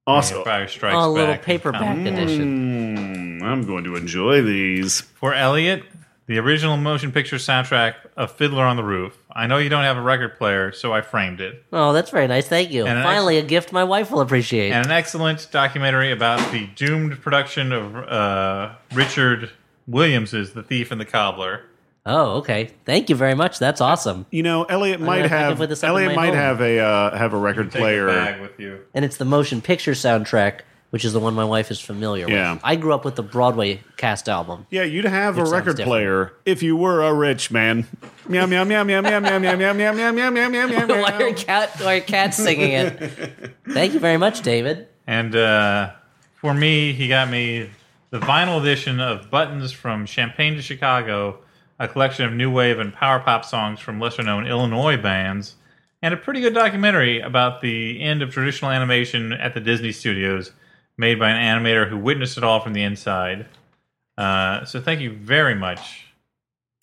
Speaker 3: Awesome.
Speaker 1: Fire Strikes
Speaker 2: Oh, a little
Speaker 1: Back.
Speaker 2: paperback edition.
Speaker 3: Mm, I'm going to enjoy these.
Speaker 1: For Elliot, the original motion picture soundtrack of Fiddler on the Roof. I know you don't have a record player, so I framed it.
Speaker 2: Oh, that's very nice. Thank you.
Speaker 1: And an
Speaker 2: Finally, a gift my wife will appreciate.
Speaker 1: and an excellent documentary about the doomed production of uh, Richard Williams's The Thief and the Cobbler.
Speaker 2: oh, okay. Thank you very much. That's awesome.
Speaker 3: You know, Elliot might
Speaker 2: gonna pick up
Speaker 3: have
Speaker 2: with this up in
Speaker 3: Elliot
Speaker 2: my
Speaker 3: might
Speaker 2: home.
Speaker 3: have a uh, have a record
Speaker 1: Take a
Speaker 3: player.
Speaker 1: bag with you.
Speaker 2: And it's the motion picture soundtrack which is the one my wife is familiar
Speaker 3: Yeah.
Speaker 2: with. I grew up with the Broadway cast album.
Speaker 3: Yeah, you'd have a
Speaker 2: sounds
Speaker 3: record
Speaker 2: different.
Speaker 3: player if you were a rich man. meow meow meow meow meow meow meow meow meow meow meow meow meow meow.
Speaker 2: why are cat why are cats singing it? Thank you very much, David.
Speaker 1: And uh, for me, he got me the vinyl edition of Buttons from Champaign to Chicago, a collection of new wave and power pop songs from lesser known Illinois bands, and a pretty good documentary about the end of traditional animation at the Disney studios made by an animator who witnessed it all from the inside. Uh, so thank you very much,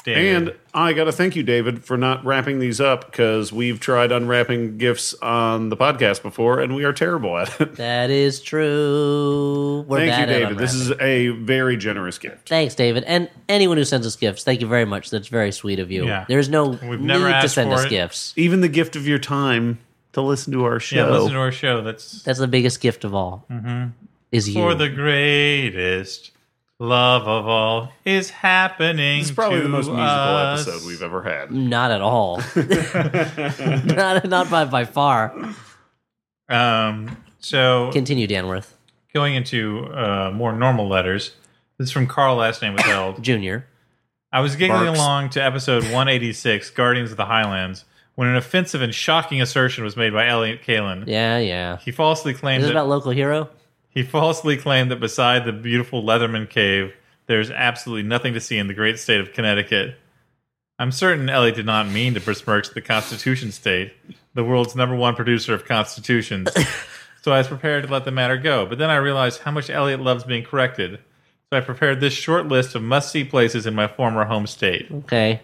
Speaker 1: David.
Speaker 3: And I got to thank you, David, for not wrapping these up because we've tried unwrapping gifts on the podcast before and we are terrible at it.
Speaker 2: That is true. We're
Speaker 3: thank
Speaker 2: bad
Speaker 3: you,
Speaker 2: at
Speaker 3: David. This
Speaker 2: unwrapping.
Speaker 3: is a very generous gift.
Speaker 2: Thanks, David, and anyone who sends us gifts. Thank you very much. That's very sweet of you.
Speaker 1: Yeah.
Speaker 2: There's no
Speaker 1: We've
Speaker 2: need
Speaker 1: never
Speaker 2: to
Speaker 1: asked
Speaker 2: send
Speaker 1: for
Speaker 2: us
Speaker 1: it.
Speaker 2: gifts.
Speaker 3: Even the gift of your time to listen to our show.
Speaker 1: yeah, listen to our show. That's
Speaker 2: That's the biggest gift of all. Is you?
Speaker 1: Mm-hmm. for the greatest love of all is happening.
Speaker 3: it's probably the
Speaker 1: to
Speaker 3: most musical
Speaker 1: us.
Speaker 3: episode we've ever had.
Speaker 2: Not at all. not not by by far.
Speaker 1: Um, so
Speaker 2: Continue, Danworth
Speaker 1: going into uh, more normal letters, this is from Carl. Last name was held.
Speaker 2: Junior.
Speaker 1: I was giggling
Speaker 3: Barks.
Speaker 1: along to episode 186, Guardians of the Highlands, when an offensive and shocking assertion was made by Elliot Kalin.
Speaker 2: Yeah, yeah.
Speaker 1: He falsely claimed
Speaker 2: Is this
Speaker 1: that
Speaker 2: about local hero?
Speaker 1: He falsely claimed that beside the beautiful Leatherman Cave, there's absolutely nothing to see in the great state of Connecticut. I'm certain Ellie did not mean to besmirch the Constitution State, the world's number one producer of constitutions. so I was prepared to let the matter go, but then I realized how much Elliot loves being corrected. So I prepared this short list of must see places in my former home state.
Speaker 2: Okay.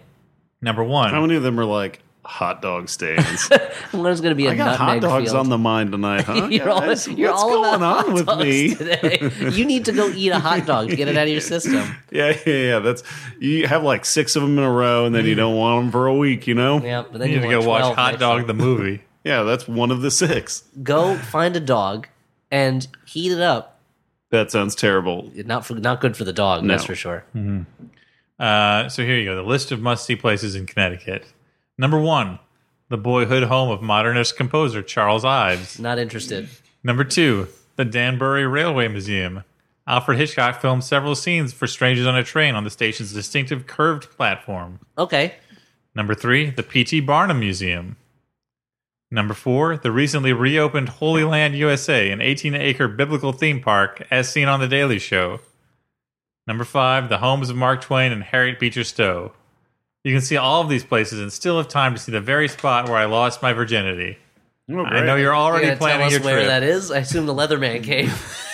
Speaker 1: Number
Speaker 3: How
Speaker 1: one,
Speaker 3: many of them are like hot dog stands?
Speaker 2: One's going to be a
Speaker 3: I got hot
Speaker 2: nutmeg
Speaker 3: dogs
Speaker 2: field.
Speaker 3: on the mind tonight, huh?
Speaker 2: you're
Speaker 3: guys?
Speaker 2: all, you're
Speaker 3: What's
Speaker 2: all
Speaker 3: going
Speaker 2: about
Speaker 3: on
Speaker 2: hot
Speaker 3: with
Speaker 2: dogs
Speaker 3: me?
Speaker 2: today. You need to go eat a hot dog to get it out of your system.
Speaker 3: Yeah, yeah, yeah. That's you have like six of them in a row, and then you don't want them for a week. You know?
Speaker 2: Yeah, but then
Speaker 1: you
Speaker 2: you,
Speaker 1: need to go watch
Speaker 2: 12
Speaker 1: Hot
Speaker 2: next
Speaker 1: Dog
Speaker 2: time.
Speaker 1: the movie.
Speaker 3: Yeah, that's one of the six.
Speaker 2: Go find a dog and heat it up.
Speaker 3: That sounds terrible.
Speaker 2: Not for, not good for the dog,
Speaker 3: No.
Speaker 2: that's for sure.
Speaker 1: Uh, so here you go. The list of must see places in Connecticut. Number one, the boyhood home of modernist composer Charles Ives.
Speaker 2: Not interested.
Speaker 1: Number two, the Danbury Railway Museum. Alfred Hitchcock filmed several scenes for Strangers on a Train on the station's distinctive curved platform.
Speaker 2: Okay.
Speaker 1: Number three, the P.T. Barnum Museum. Number four, the recently reopened Holy Land, USA, an 18 acre biblical theme park as seen on The Daily Show. Number five, the homes of Mark Twain and Harriet Beecher Stowe. You can see all of these places and still have time to see the very spot where I lost my virginity. I know you're already
Speaker 2: You're gonna
Speaker 1: planning your
Speaker 2: tell us where
Speaker 1: trip.
Speaker 2: that is? I assume the Leatherman cave.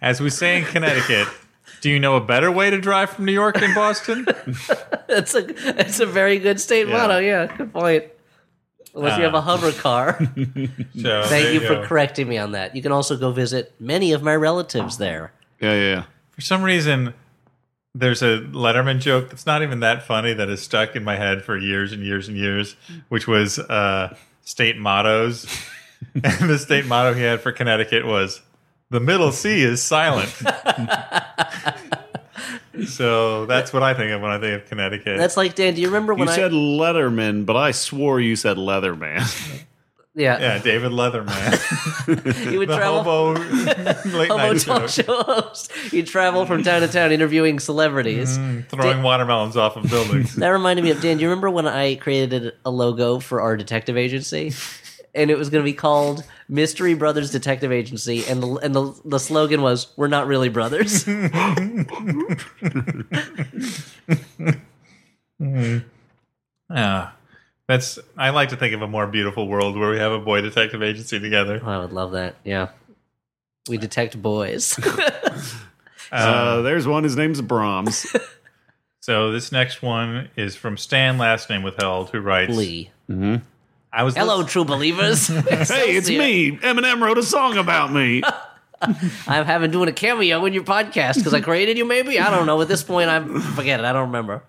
Speaker 1: As we say in Connecticut, do you know a better way to drive from New York than Boston?
Speaker 2: That's a that's a very good state motto. Yeah, good point. Unless you have a hover car.
Speaker 1: So,
Speaker 2: Thank you, for correcting me on that. You can also go visit many of my relatives there.
Speaker 3: Yeah, yeah, yeah.
Speaker 1: For some reason, there's a Letterman joke that's not even that funny that has stuck in my head for years and years and years, which was uh, state mottos. and the state motto he had for Connecticut was "The middle C is silent." so that's what I think of when I think of Connecticut.
Speaker 2: That's like Dan. Do you remember when
Speaker 3: you
Speaker 2: I?
Speaker 3: said Letterman, but I swore you said Leatherman.
Speaker 2: yeah,
Speaker 1: yeah, David Leatherman,
Speaker 2: you would
Speaker 1: the
Speaker 2: travel.
Speaker 1: hobo late
Speaker 2: hobo
Speaker 1: night
Speaker 2: talk
Speaker 1: joke,
Speaker 2: show host. You travel from town to town interviewing celebrities.
Speaker 1: throwing watermelons off of buildings.
Speaker 2: That reminded me of Dan. Do you remember when I created a logo for our detective agency? And it was going to be called Mystery Brothers Detective Agency, and the and the, the slogan was "We're not really brothers."
Speaker 1: Yeah. That's I like to think of a more beautiful world where we have a boy detective agency together.
Speaker 2: Oh, I would love that. Yeah, we detect boys.
Speaker 3: Uh, there's one. His name's Brahms.
Speaker 1: So this next one is from Stan, last name withheld, who writes,
Speaker 2: Lee.
Speaker 1: "I was
Speaker 2: Hello,
Speaker 1: lis-
Speaker 2: true believers.
Speaker 3: hey, it's me. Eminem wrote a song about me.
Speaker 2: I'm having doing a cameo in your podcast because I created you. Maybe I don't know. At this point, I'm forget it. I don't remember.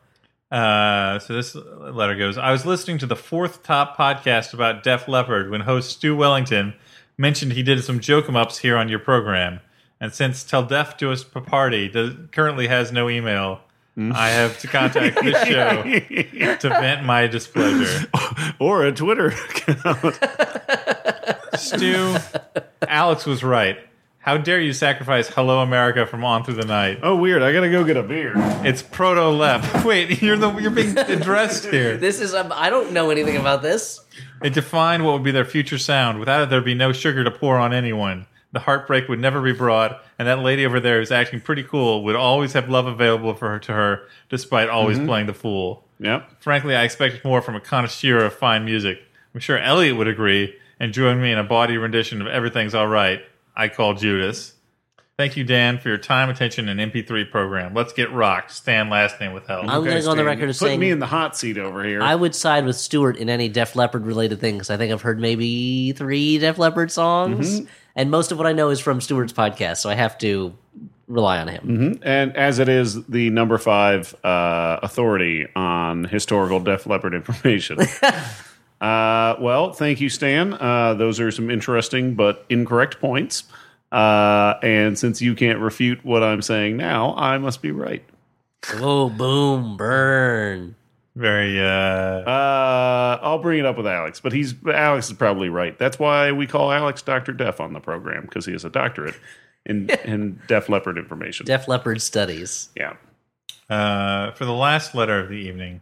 Speaker 1: uh, so this letter goes. I was listening to the fourth top podcast about Def Leppard when host Stu Wellington mentioned he did some joke em ups here on your program, and since Tell Def to Us Party does, currently has no email, I have to contact this show to vent my displeasure.
Speaker 3: or a Twitter account.
Speaker 1: Stu, Alex was right. How dare you sacrifice Hello America from On Through the Night?
Speaker 3: Oh, weird. I gotta go get a beer.
Speaker 1: It's proto left. Wait, you're the you're being addressed here.
Speaker 2: This is um, I don't know anything about this.
Speaker 1: It defined what would be their future sound. Without it, there'd be no sugar to pour on anyone. The heartbreak would never be brought, and that lady over there who's acting pretty cool would always have love available for her to her, despite always playing the fool.
Speaker 3: Yep.
Speaker 1: Frankly, I expected more from a connoisseur of fine music. I'm sure Elliot would agree and join me in a body rendition of Everything's All Right. I call Judas. Thank you, Dan, for your time, attention, and MP3 program. Let's get rocked. Stan, last name with
Speaker 2: I'm
Speaker 1: help.
Speaker 2: going to go on the
Speaker 3: Stan,
Speaker 2: record
Speaker 3: put
Speaker 2: as saying
Speaker 3: me in the hot seat over here.
Speaker 2: I would side with Stewart in any Def Leppard related thing because I think I've heard maybe three Def Leppard
Speaker 3: Mm-hmm.
Speaker 2: songs, and most of what I know is from Stewart's podcast, so I have to rely on him.
Speaker 3: and as it is the number five uh, authority on historical Def Leppard information. uh, well, thank you, Stan. Uh, those are some interesting but incorrect points. Uh, and since you can't refute what I'm saying now, I must be right. Mm-hmm.
Speaker 2: Oh, boom, burn.
Speaker 1: Very, uh,
Speaker 3: Uh, I'll bring it up with Alex, but he's Alex is probably right. That's why we call Alex Doctor Deaf on the program because he has a doctorate in in Def Leppard information.
Speaker 2: Def Leppard studies.
Speaker 3: yeah.
Speaker 1: uh, for the last letter of the evening,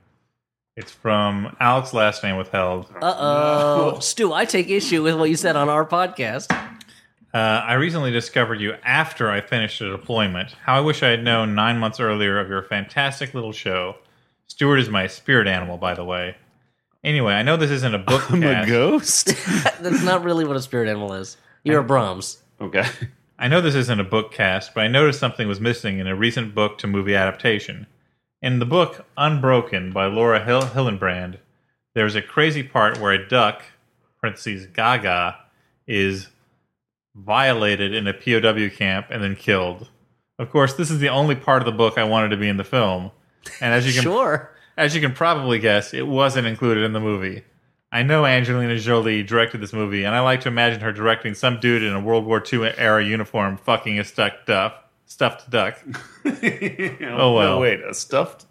Speaker 1: it's from Alex, last name withheld.
Speaker 2: Uh oh. Stu, I take issue with what you said on our podcast.
Speaker 1: Uh, I recently discovered you after I finished a deployment. How I wish I had known nine months earlier of your fantastic little show. Stewart is my spirit animal, by the way. Anyway, I know this isn't a book.
Speaker 3: I'm
Speaker 1: cast.
Speaker 3: a ghost.
Speaker 2: That's not really what a spirit animal is. You're a Brahms.
Speaker 3: okay.
Speaker 1: I know this isn't a book cast, but I noticed something was missing in a recent book to movie adaptation. In the book Unbroken by Laura Hill- Hillenbrand, there's a crazy part where a duck, parentheses Gaga, is violated in a POW camp and then killed. Of course, this is the only part of the book I wanted to be in the film. And as you can
Speaker 2: Sure.
Speaker 1: as you can probably guess, it wasn't included in the movie. I know Angelina Jolie directed this movie, and I like to imagine her directing some dude in a World War II era uniform fucking a stuck duff, stuffed duck.
Speaker 3: oh
Speaker 1: well.
Speaker 3: wait, a stuffed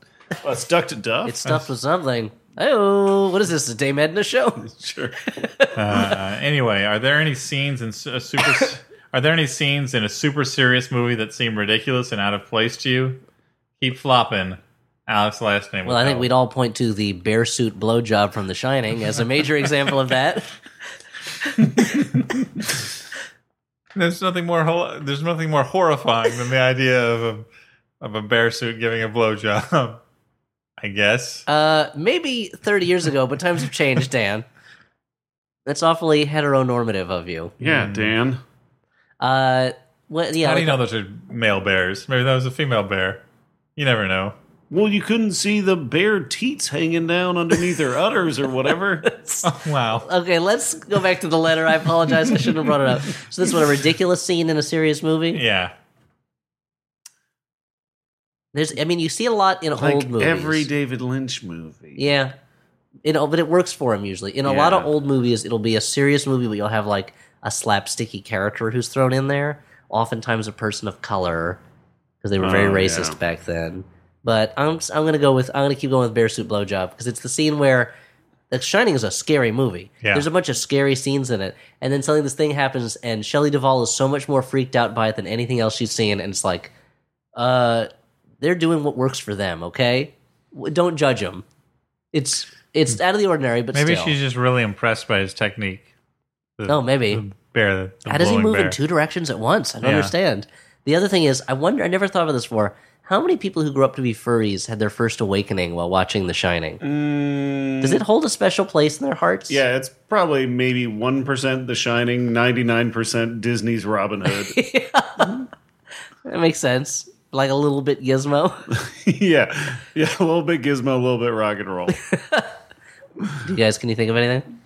Speaker 3: a stuffed duff.
Speaker 2: It's stuffed with something. Oh, what is this? A Dame Edna show?
Speaker 3: sure.
Speaker 1: Uh, anyway, are there any scenes in s- a super? are there any scenes in a super serious movie that seem ridiculous and out of place to you? Keep flopping, Alex. Last name.
Speaker 2: Well, I think we'd all point to the bear suit blowjob from The Shining as a major example of that.
Speaker 1: There's nothing more. hol- There's nothing more horrifying than the idea of a, of a bear suit giving a blowjob. I guess.
Speaker 2: Uh, maybe 30 years ago, but times have changed, Dan. That's awfully heteronormative of you.
Speaker 3: Yeah, Dan.
Speaker 2: Uh, what, yeah,
Speaker 1: How do
Speaker 2: like,
Speaker 1: you know those are male bears? Maybe that was a female bear. You never know.
Speaker 3: Well, you couldn't see the bare teats hanging down underneath her udders or whatever.
Speaker 1: Oh, Wow.
Speaker 2: okay, let's go back to the letter. I apologize. I shouldn't have brought it up. So this was a ridiculous scene in a serious movie.
Speaker 1: Yeah.
Speaker 2: There's, I mean, you see a lot in old
Speaker 3: like
Speaker 2: movies.
Speaker 3: every David Lynch movie.
Speaker 2: Yeah. You know, but it works for him usually. In a lot of
Speaker 3: Yeah.
Speaker 2: old movies, it'll be a serious movie, but you'll have like a slapsticky character who's thrown in there. Oftentimes, a person of color, because they were very
Speaker 3: Oh,
Speaker 2: racist
Speaker 3: yeah.
Speaker 2: back then. But I'm I'm gonna go with I'm gonna keep going with bear suit blowjob because it's the scene where The Shining is a scary movie.
Speaker 1: Yeah.
Speaker 2: There's a bunch of scary scenes in it, and then suddenly this thing happens, and Shelley Duvall is so much more freaked out by it than anything else she's seen, and it's like, uh, they're doing what works for them. Okay, W- don't judge them. It's it's out of the ordinary, but
Speaker 1: Maybe
Speaker 2: still.
Speaker 1: she's just really impressed by his technique. The,
Speaker 2: Oh, maybe.
Speaker 1: the bear. The, the
Speaker 2: How does he
Speaker 1: blowing
Speaker 2: move
Speaker 1: bear.
Speaker 2: in two directions at once? I don't
Speaker 1: Yeah.
Speaker 2: understand. The other thing is, I wonder. I never thought of this before. How many people who grew up to be furries had their first awakening while watching The Shining? Does it hold a special place in their hearts?
Speaker 3: Mm. Yeah, it's probably maybe 1% The Shining, 99% Disney's Robin Hood.
Speaker 2: that makes sense. Like a little bit gizmo.
Speaker 3: yeah. Yeah, a little bit gizmo, a little bit rock and roll.
Speaker 2: you guys, can you think of anything?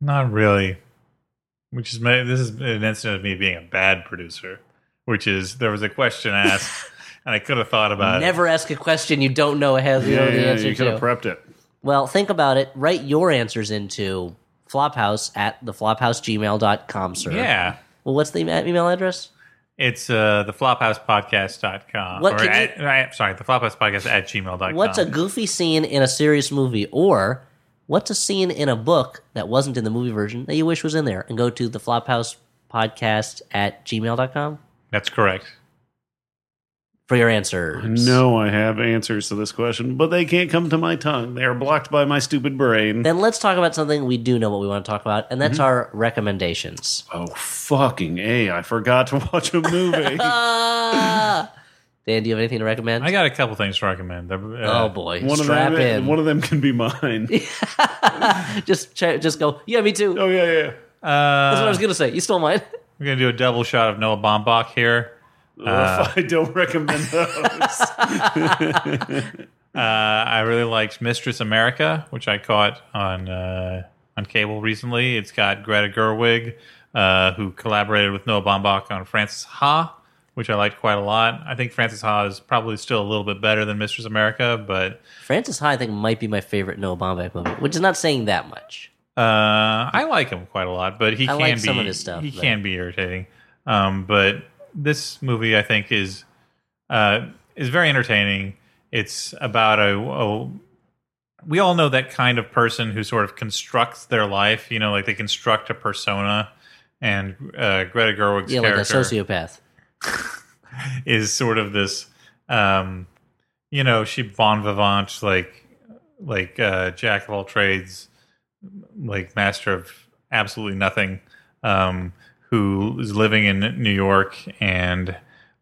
Speaker 1: Not really. Which is my, this is an instance of me being a bad producer. Which is there was a question asked, and I could have thought about it.
Speaker 2: Never ask a question you don't know ahead. You know the answer
Speaker 3: you could
Speaker 2: to.
Speaker 3: have prepped it.
Speaker 2: well, think about it. Write your answers into Flophouse at theflophousegmail.com, sir.
Speaker 1: Yeah.
Speaker 2: Well, what's the ema- email address?
Speaker 1: It's uh, the flophousepodcast.com.
Speaker 2: What
Speaker 1: or
Speaker 2: can
Speaker 3: Um,
Speaker 1: at, I, sorry, the podcast at gmail.com.
Speaker 2: What's a goofy scene in a serious movie, or what's a scene in a book that wasn't in the movie version that you wish was in there? And go to the Flophouse podcast at gmail.com
Speaker 1: That's correct.
Speaker 2: for your answers.
Speaker 3: No, I have answers to this question, but they can't come to my tongue. They are blocked by my stupid brain.
Speaker 2: Then let's talk about something we do know what we want to talk about, and
Speaker 3: Mm-hmm.
Speaker 2: that's our recommendations.
Speaker 3: oh, fucking A. I forgot to watch a movie.
Speaker 2: Ah! Dan, do you have anything to recommend?
Speaker 1: I got a couple things to recommend. Uh,
Speaker 2: oh boy,
Speaker 3: one, of
Speaker 2: strap
Speaker 3: them,
Speaker 2: in.
Speaker 3: one of them can be mine.
Speaker 2: just ch- just go. Yeah, me too.
Speaker 3: oh, yeah, yeah.
Speaker 2: That's what
Speaker 3: Uh,
Speaker 2: I was gonna say. You stole mine.
Speaker 1: We're gonna do a double shot of Noah Baumbach here.
Speaker 2: Uh,
Speaker 3: Oof, I don't recommend those.
Speaker 1: Uh, I really liked Mistress America, which I caught on uh, on cable recently. It's got Greta Gerwig, uh, who collaborated with Noah Baumbach on Francis Ha, which I liked quite a lot. I think Francis Ha is probably still a little bit better than Mistress America, but
Speaker 2: Francis Ha, I think, might be my favorite Noah Baumbach movie, which is not saying that much.
Speaker 1: Uh, I like him quite a lot, but he
Speaker 2: I
Speaker 1: can
Speaker 2: like
Speaker 1: be
Speaker 2: some of his stuff,
Speaker 1: He
Speaker 2: but-
Speaker 1: can be irritating. Um, but this movie, I think, is uh, is very entertaining. It's about a, a we all know that kind of person who sort of constructs their life. You know, like they construct a persona, and uh, Greta Gerwig's
Speaker 2: Yeah,
Speaker 1: character
Speaker 2: like a sociopath.
Speaker 1: is sort of this um you know she bon vivant like like uh jack of all trades like master of absolutely nothing um who is living in new york and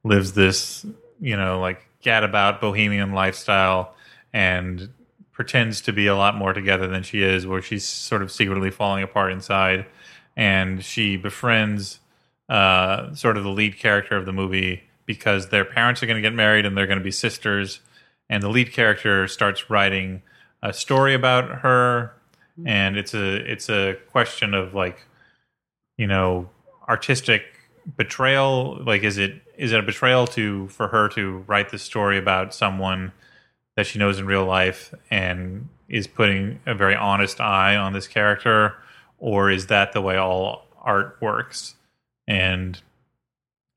Speaker 1: lives this you know like gadabout bohemian lifestyle and pretends to be a lot more together than she is where she's sort of secretly falling apart inside and she befriends uh, sort of the lead character of the movie because their parents are going to get married and they're going to be sisters. And the lead character starts writing a story about her, and it's a it's a question of like, you know, artistic betrayal. Like, is it is it a betrayal to for her to write this story about someone that she knows in real life and is putting a very honest eye on this character, or is that the way all art works? and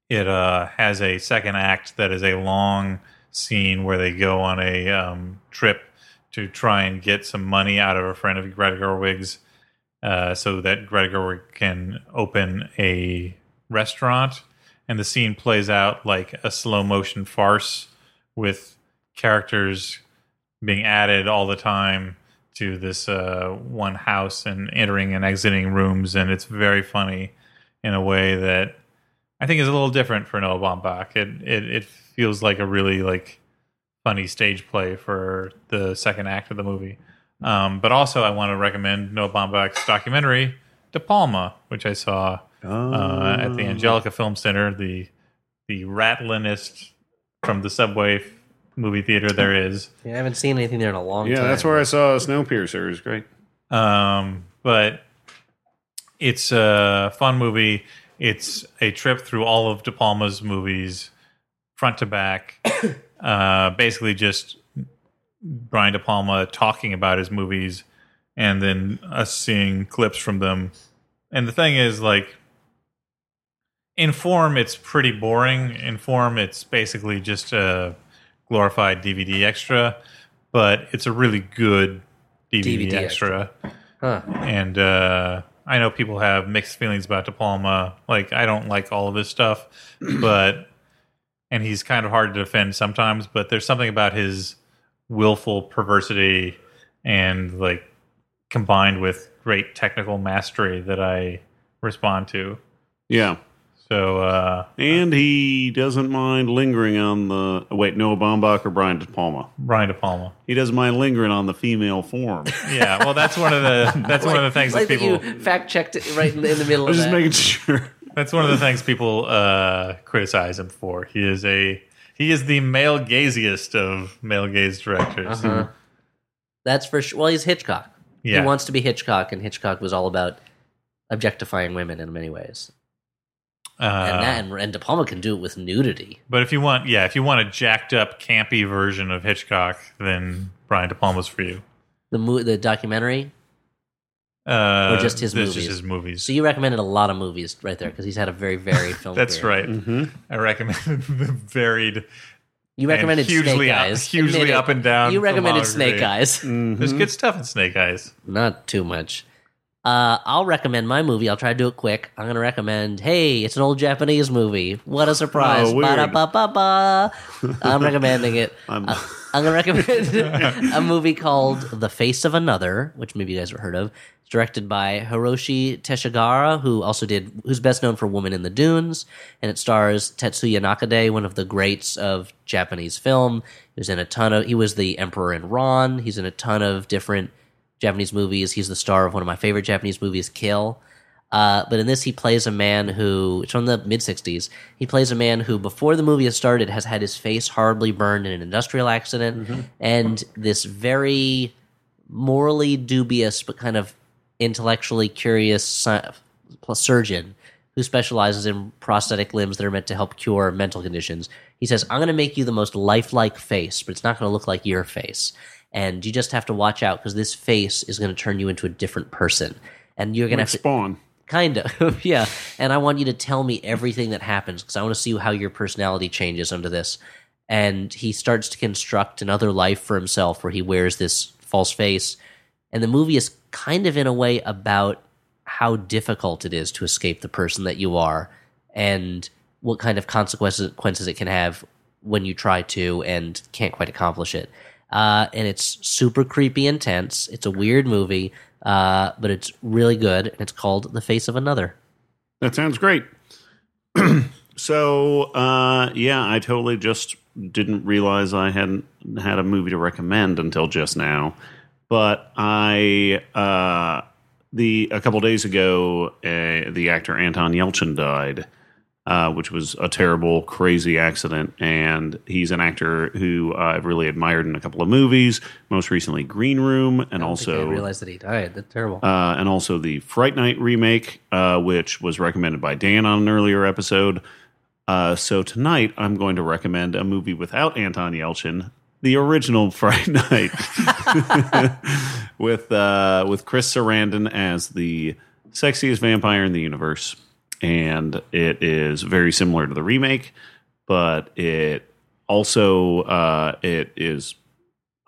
Speaker 1: it uh, has a second act that is a long scene where they go on a um, trip to try and get some money out of a friend of Greta Gerwig's, uh, so that Greta Gerwig can open a restaurant. And the scene plays out like a slow motion farce with characters being added all the time to this uh, one house and entering and exiting rooms, and it's very funny in a way that I think is a little different for Noah Baumbach. It it, it feels like a really like funny stage play for the second act of the movie. Um, but also, I want to recommend Noah Baumbach's documentary De Palma, which I saw uh, at the Angelica Film Center, the the rattlinest from the subway f- movie theater there is.
Speaker 2: Yeah, I haven't seen anything there in a long
Speaker 3: yeah,
Speaker 2: time.
Speaker 3: that's where I saw Snowpiercer. It was great.
Speaker 1: um, but it's a fun movie. It's a trip through all of De Palma's movies, front to back. uh, basically, just Brian De Palma talking about his movies, and then us seeing clips from them. And the thing is, like, in form, it's pretty boring. In form, it's basically just a glorified DVD extra, but it's a really good DVD,
Speaker 2: DVD
Speaker 1: extra.
Speaker 2: Huh.
Speaker 1: And uh, I know people have mixed feelings about De Palma. Like, I don't like all of his stuff, but and he's kind of hard to defend sometimes. But there's something about his willful perversity and like combined with great technical mastery that I respond to.
Speaker 3: Yeah.
Speaker 1: So uh,
Speaker 3: And he doesn't mind lingering on the. Wait, Noah Baumbach or Brian De Palma?
Speaker 1: Brian De Palma.
Speaker 3: He doesn't mind lingering on the female form.
Speaker 1: Yeah, well, that's one of the that's one of the things
Speaker 2: Like
Speaker 1: that
Speaker 2: that
Speaker 1: people
Speaker 2: you fact checked it right in, in the middle
Speaker 3: I'm
Speaker 2: of
Speaker 3: just
Speaker 2: that.
Speaker 3: making sure.
Speaker 1: that's one of the things people uh, criticize him for. He is a he is the male gaziest of male gaze directors.
Speaker 2: Uh-huh. that's for sure. Well, he's Hitchcock.
Speaker 1: Yeah.
Speaker 2: He wants to be Hitchcock, and Hitchcock was all about objectifying women in many ways.
Speaker 1: Uh,
Speaker 2: and that, and, and De Palma can do it with nudity.
Speaker 1: But if you want, yeah, if you want a jacked up, campy version of Hitchcock, then Brian De Palma's for you.
Speaker 2: The mo- the documentary.
Speaker 1: Uh,
Speaker 2: Or just his
Speaker 1: this is
Speaker 2: movies.
Speaker 1: his movies.
Speaker 2: So you recommended a lot of movies right there because he's had a very varied film.
Speaker 1: That's
Speaker 2: career.
Speaker 1: right. I recommend the varied
Speaker 2: You recommended
Speaker 1: hugely
Speaker 2: Snake
Speaker 1: up-
Speaker 2: Eyes.
Speaker 1: hugely
Speaker 2: Admit it.
Speaker 1: up and down
Speaker 2: You recommended
Speaker 1: filmography.
Speaker 2: Snake Eyes.
Speaker 1: There's
Speaker 3: Mm-hmm.
Speaker 1: good stuff in Snake Eyes.
Speaker 2: Not too much. Uh, I'll recommend my movie. I'll try to do it quick. I'm going to recommend, hey, it's an old Japanese movie. What a surprise.
Speaker 3: Oh, weird.
Speaker 2: Ba-da-ba-ba-ba. I'm recommending it.
Speaker 3: I'm-
Speaker 2: Uh, I'm going to recommend a movie called The Face of Another, which maybe you guys have heard of. It's directed by Hiroshi Teshigara, who also did, who's best known for Woman in the Dunes. And it stars Tetsuya Nakade, one of the greats of Japanese film. He was in a ton of, he was the Emperor in Ron. He's in a ton of different Japanese movies. He's the star of one of my favorite Japanese movies, Kill. Uh, but in this, he plays a man who, it's from the mid 60s, he plays a man who, before the movie has started, has had his face horribly burned in an industrial accident. And this very morally dubious, but kind of intellectually curious sci- surgeon who specializes in prosthetic limbs that are meant to help cure mental conditions. He says, I'm going to make you the most lifelike face, but it's not going to look like your face. And you just have to watch out because this face is going to turn you into a different person. And you're going to
Speaker 3: Like
Speaker 2: have to
Speaker 3: Spawn.
Speaker 2: kind of yeah and i want you to tell me everything that happens because i want to see how your personality changes under this and he starts to construct another life for himself where he wears this false face and the movie is kind of in a way about how difficult it is to escape the person that you are and what kind of consequences consequences it can have when you try to and can't quite accomplish it. Uh, and it's super creepy and tense. It's a weird movie, uh, but it's really good. And it's called The Face of Another.
Speaker 3: That sounds great. so, uh, yeah, I totally just didn't realize I hadn't had a movie to recommend until just now. But I, uh, the a couple days ago, uh, the actor Anton Yelchin died, uh, which was a terrible, crazy accident. And he's an actor who I've really admired in a couple of movies, most recently Green Room, and
Speaker 2: I
Speaker 3: also
Speaker 2: realized that he died. That's terrible.
Speaker 3: uh, and also the Fright Night remake, uh, which was recommended by Dan on an earlier episode. Uh, so tonight, I'm going to recommend a movie without Anton Yelchin, the original Fright Night, with uh, with Chris Sarandon as the sexiest vampire in the universe, and it is very similar to the remake, but it also uh, it is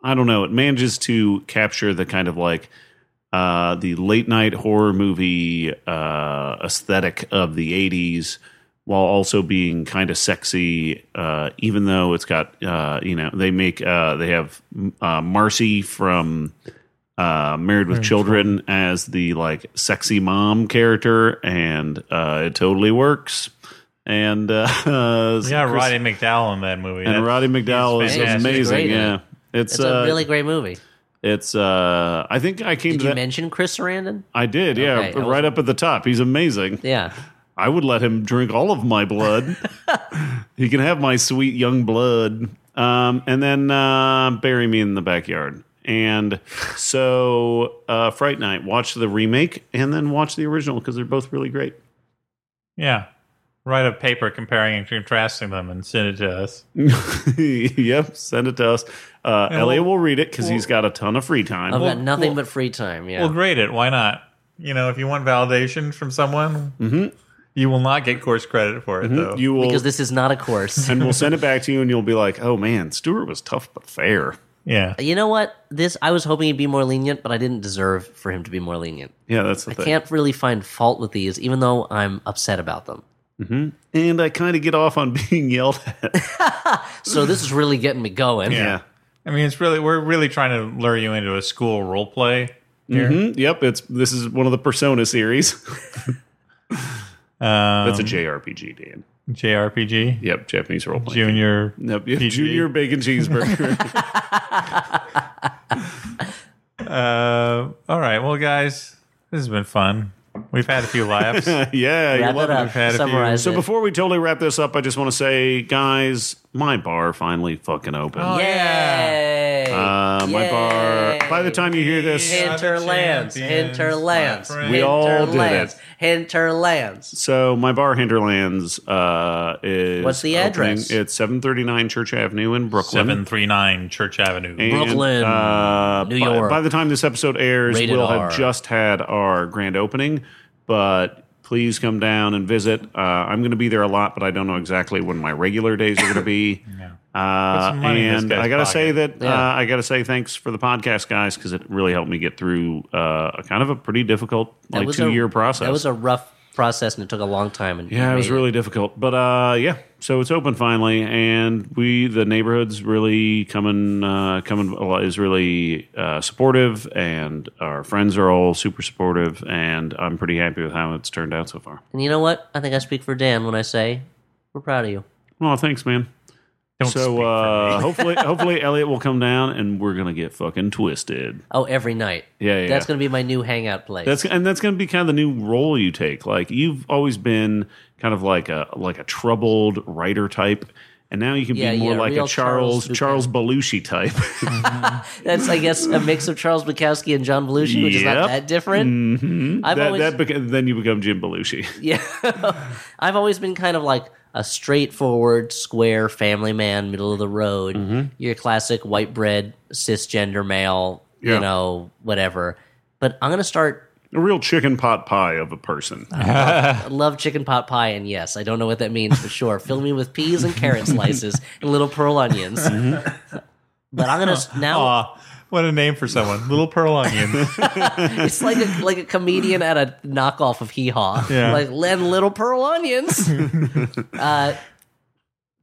Speaker 3: I don't know. It manages to capture the kind of like uh, the late night horror movie uh, aesthetic of the '80s, while also being kind of sexy. Uh, even though it's got uh, you know they make uh, they have uh, Marcy from uh, Married with Children as the like sexy mom character, and uh, it totally works. And uh,
Speaker 1: Yeah,
Speaker 3: Chris-
Speaker 1: Roddy McDowell in that movie.
Speaker 3: and
Speaker 1: That's-
Speaker 3: Roddy McDowell is
Speaker 1: he's fantastic.
Speaker 3: amazing.
Speaker 2: Great,
Speaker 3: Yeah,
Speaker 2: yeah.
Speaker 3: it's,
Speaker 2: it's
Speaker 3: uh,
Speaker 2: a really great movie.
Speaker 3: it's uh, I think I came
Speaker 2: Did
Speaker 3: to
Speaker 2: you
Speaker 3: that.
Speaker 2: mention Chris Sarandon?
Speaker 3: I did, yeah,
Speaker 2: Okay, I was-
Speaker 3: right up at the top. He's amazing.
Speaker 2: Yeah.
Speaker 3: I would let him drink all of my blood. he can have my sweet young blood, um, and then uh, bury me in the backyard. And so, uh, Fright Night. Watch the remake and then watch the original because they're both really great.
Speaker 1: yeah. Write a paper comparing and contrasting them and send it to us.
Speaker 3: yep, send it to us. Uh,
Speaker 1: And
Speaker 3: Elliot
Speaker 1: we'll-
Speaker 3: will read it because he's got a ton of free time.
Speaker 2: I've
Speaker 1: Well,
Speaker 2: got nothing
Speaker 1: well-
Speaker 2: but free time. Yeah.
Speaker 1: We'll grade it. Why not? You know, if you want validation from someone, you will not get course credit for it, though.
Speaker 3: Mm-hmm. you will
Speaker 2: because this is not a course.
Speaker 3: and we'll send it back to you, and you'll be like, "Oh man, Stewart was tough but fair."
Speaker 1: yeah.
Speaker 2: you know what? This I was hoping he'd be more lenient, but I didn't deserve for him to be more lenient.
Speaker 3: Yeah, that's the
Speaker 2: I
Speaker 3: thing.
Speaker 2: can't really find fault with these, even though I'm upset about them.
Speaker 3: And I kind of get off on being yelled at.
Speaker 2: So this is really getting me going.
Speaker 3: Yeah.
Speaker 1: I mean, it's really, we're really trying to lure you into a school role play here.
Speaker 3: Mm, Yep, it's this is one of the Persona series.
Speaker 1: Um,
Speaker 3: That's a JRPG, Dan.
Speaker 1: JRPG,
Speaker 3: Yep, Japanese role playing.
Speaker 1: Junior.
Speaker 3: Nope, yep,
Speaker 1: PG.
Speaker 3: Junior Bacon Cheeseburger.
Speaker 1: Uh, all right. Well, guys, this has been fun. We've had a few laughs.
Speaker 3: yeah, you
Speaker 2: Wrap
Speaker 3: love
Speaker 2: it
Speaker 3: it.
Speaker 2: up.
Speaker 1: had a few.
Speaker 2: Summarize
Speaker 3: So
Speaker 2: it.
Speaker 3: before we totally wrap this up, I just want to say, guys, my bar finally fucking opened.
Speaker 1: Oh,
Speaker 2: Yay!
Speaker 3: Uh, my bar. By the time you hear this,
Speaker 1: Yeah.
Speaker 2: Hinterlands,
Speaker 1: Champions,
Speaker 2: hinterlands,
Speaker 1: my friend.
Speaker 3: We all did it.
Speaker 2: hinterlands, Hinterlands.
Speaker 3: So my bar Hinterlands uh, is
Speaker 2: What's the address?
Speaker 3: It's seven thirty nine Church Avenue in Brooklyn.
Speaker 1: 739 Church Avenue.
Speaker 3: And,
Speaker 2: Brooklyn,
Speaker 3: uh,
Speaker 2: New
Speaker 3: by-
Speaker 2: York.
Speaker 3: By, the time this episode airs,
Speaker 2: Rated
Speaker 3: we'll
Speaker 2: R.
Speaker 3: have just had our grand opening, but please come down and visit. Uh, I'm going to be there a lot, but I don't know exactly when my regular days are going to be. Uh,
Speaker 1: some money in this
Speaker 3: and
Speaker 1: guy's
Speaker 3: I gotta
Speaker 1: pocket.
Speaker 3: say that
Speaker 2: Yeah.
Speaker 3: uh, I gotta say thanks for the podcast, guys, because it really helped me get through uh, a kind of a pretty difficult
Speaker 2: That
Speaker 3: like
Speaker 2: was
Speaker 3: two
Speaker 2: a-
Speaker 3: year process.
Speaker 2: That was a rough process, and it took a long time. And
Speaker 3: Yeah,
Speaker 2: we
Speaker 3: it was
Speaker 2: made
Speaker 3: really difficult. But uh, yeah, so it's open finally, and we the neighborhood's really coming uh, coming a lot- is really uh, supportive, and our friends are all super supportive, and I'm pretty happy with how it's turned out so far.
Speaker 2: And you know what? I think I speak for Dan when I say we're proud of you.
Speaker 3: Well, thanks, man.
Speaker 1: Don't speak
Speaker 3: so
Speaker 1: for
Speaker 3: uh,
Speaker 1: me.
Speaker 3: hopefully, hopefully Elliot will come down, and we're gonna get fucking twisted.
Speaker 2: Oh, every night.
Speaker 3: Yeah, yeah,
Speaker 2: That's
Speaker 3: yeah.
Speaker 2: going to be my new hangout place.
Speaker 3: That's and that's going to be kind of the new role you take. Like you've always been kind of like a like a troubled writer type, and now you can
Speaker 2: Yeah,
Speaker 3: be more
Speaker 2: yeah,
Speaker 3: like
Speaker 2: real
Speaker 3: a
Speaker 2: Charles
Speaker 3: Charles
Speaker 2: Bukowski.
Speaker 3: Charles Belushi type.
Speaker 2: That's, I guess, a mix of Charles Bukowski and John Belushi, which is not
Speaker 3: Yep. Mm-hmm.
Speaker 2: that different. I've
Speaker 3: that,
Speaker 2: always,
Speaker 3: that beca- then you become Jim Belushi.
Speaker 2: yeah, I've always been kind of like a straightforward, square, family man, middle of the road, your classic white bread, cisgender male,
Speaker 3: Yeah.
Speaker 2: you know, whatever. But I'm going to start.
Speaker 3: A real chicken pot pie of a person.
Speaker 2: I love chicken pot pie, and yes, I don't know what that means for sure. Fill me with peas and carrot slices and little pearl onions. But I'm gonna s- now.
Speaker 1: Aw, what a name for someone. Little Pearl Onion.
Speaker 2: It's like a like a comedian at a knockoff of Hee Haw.
Speaker 1: Yeah.
Speaker 2: Like Len Little Pearl Onions. uh,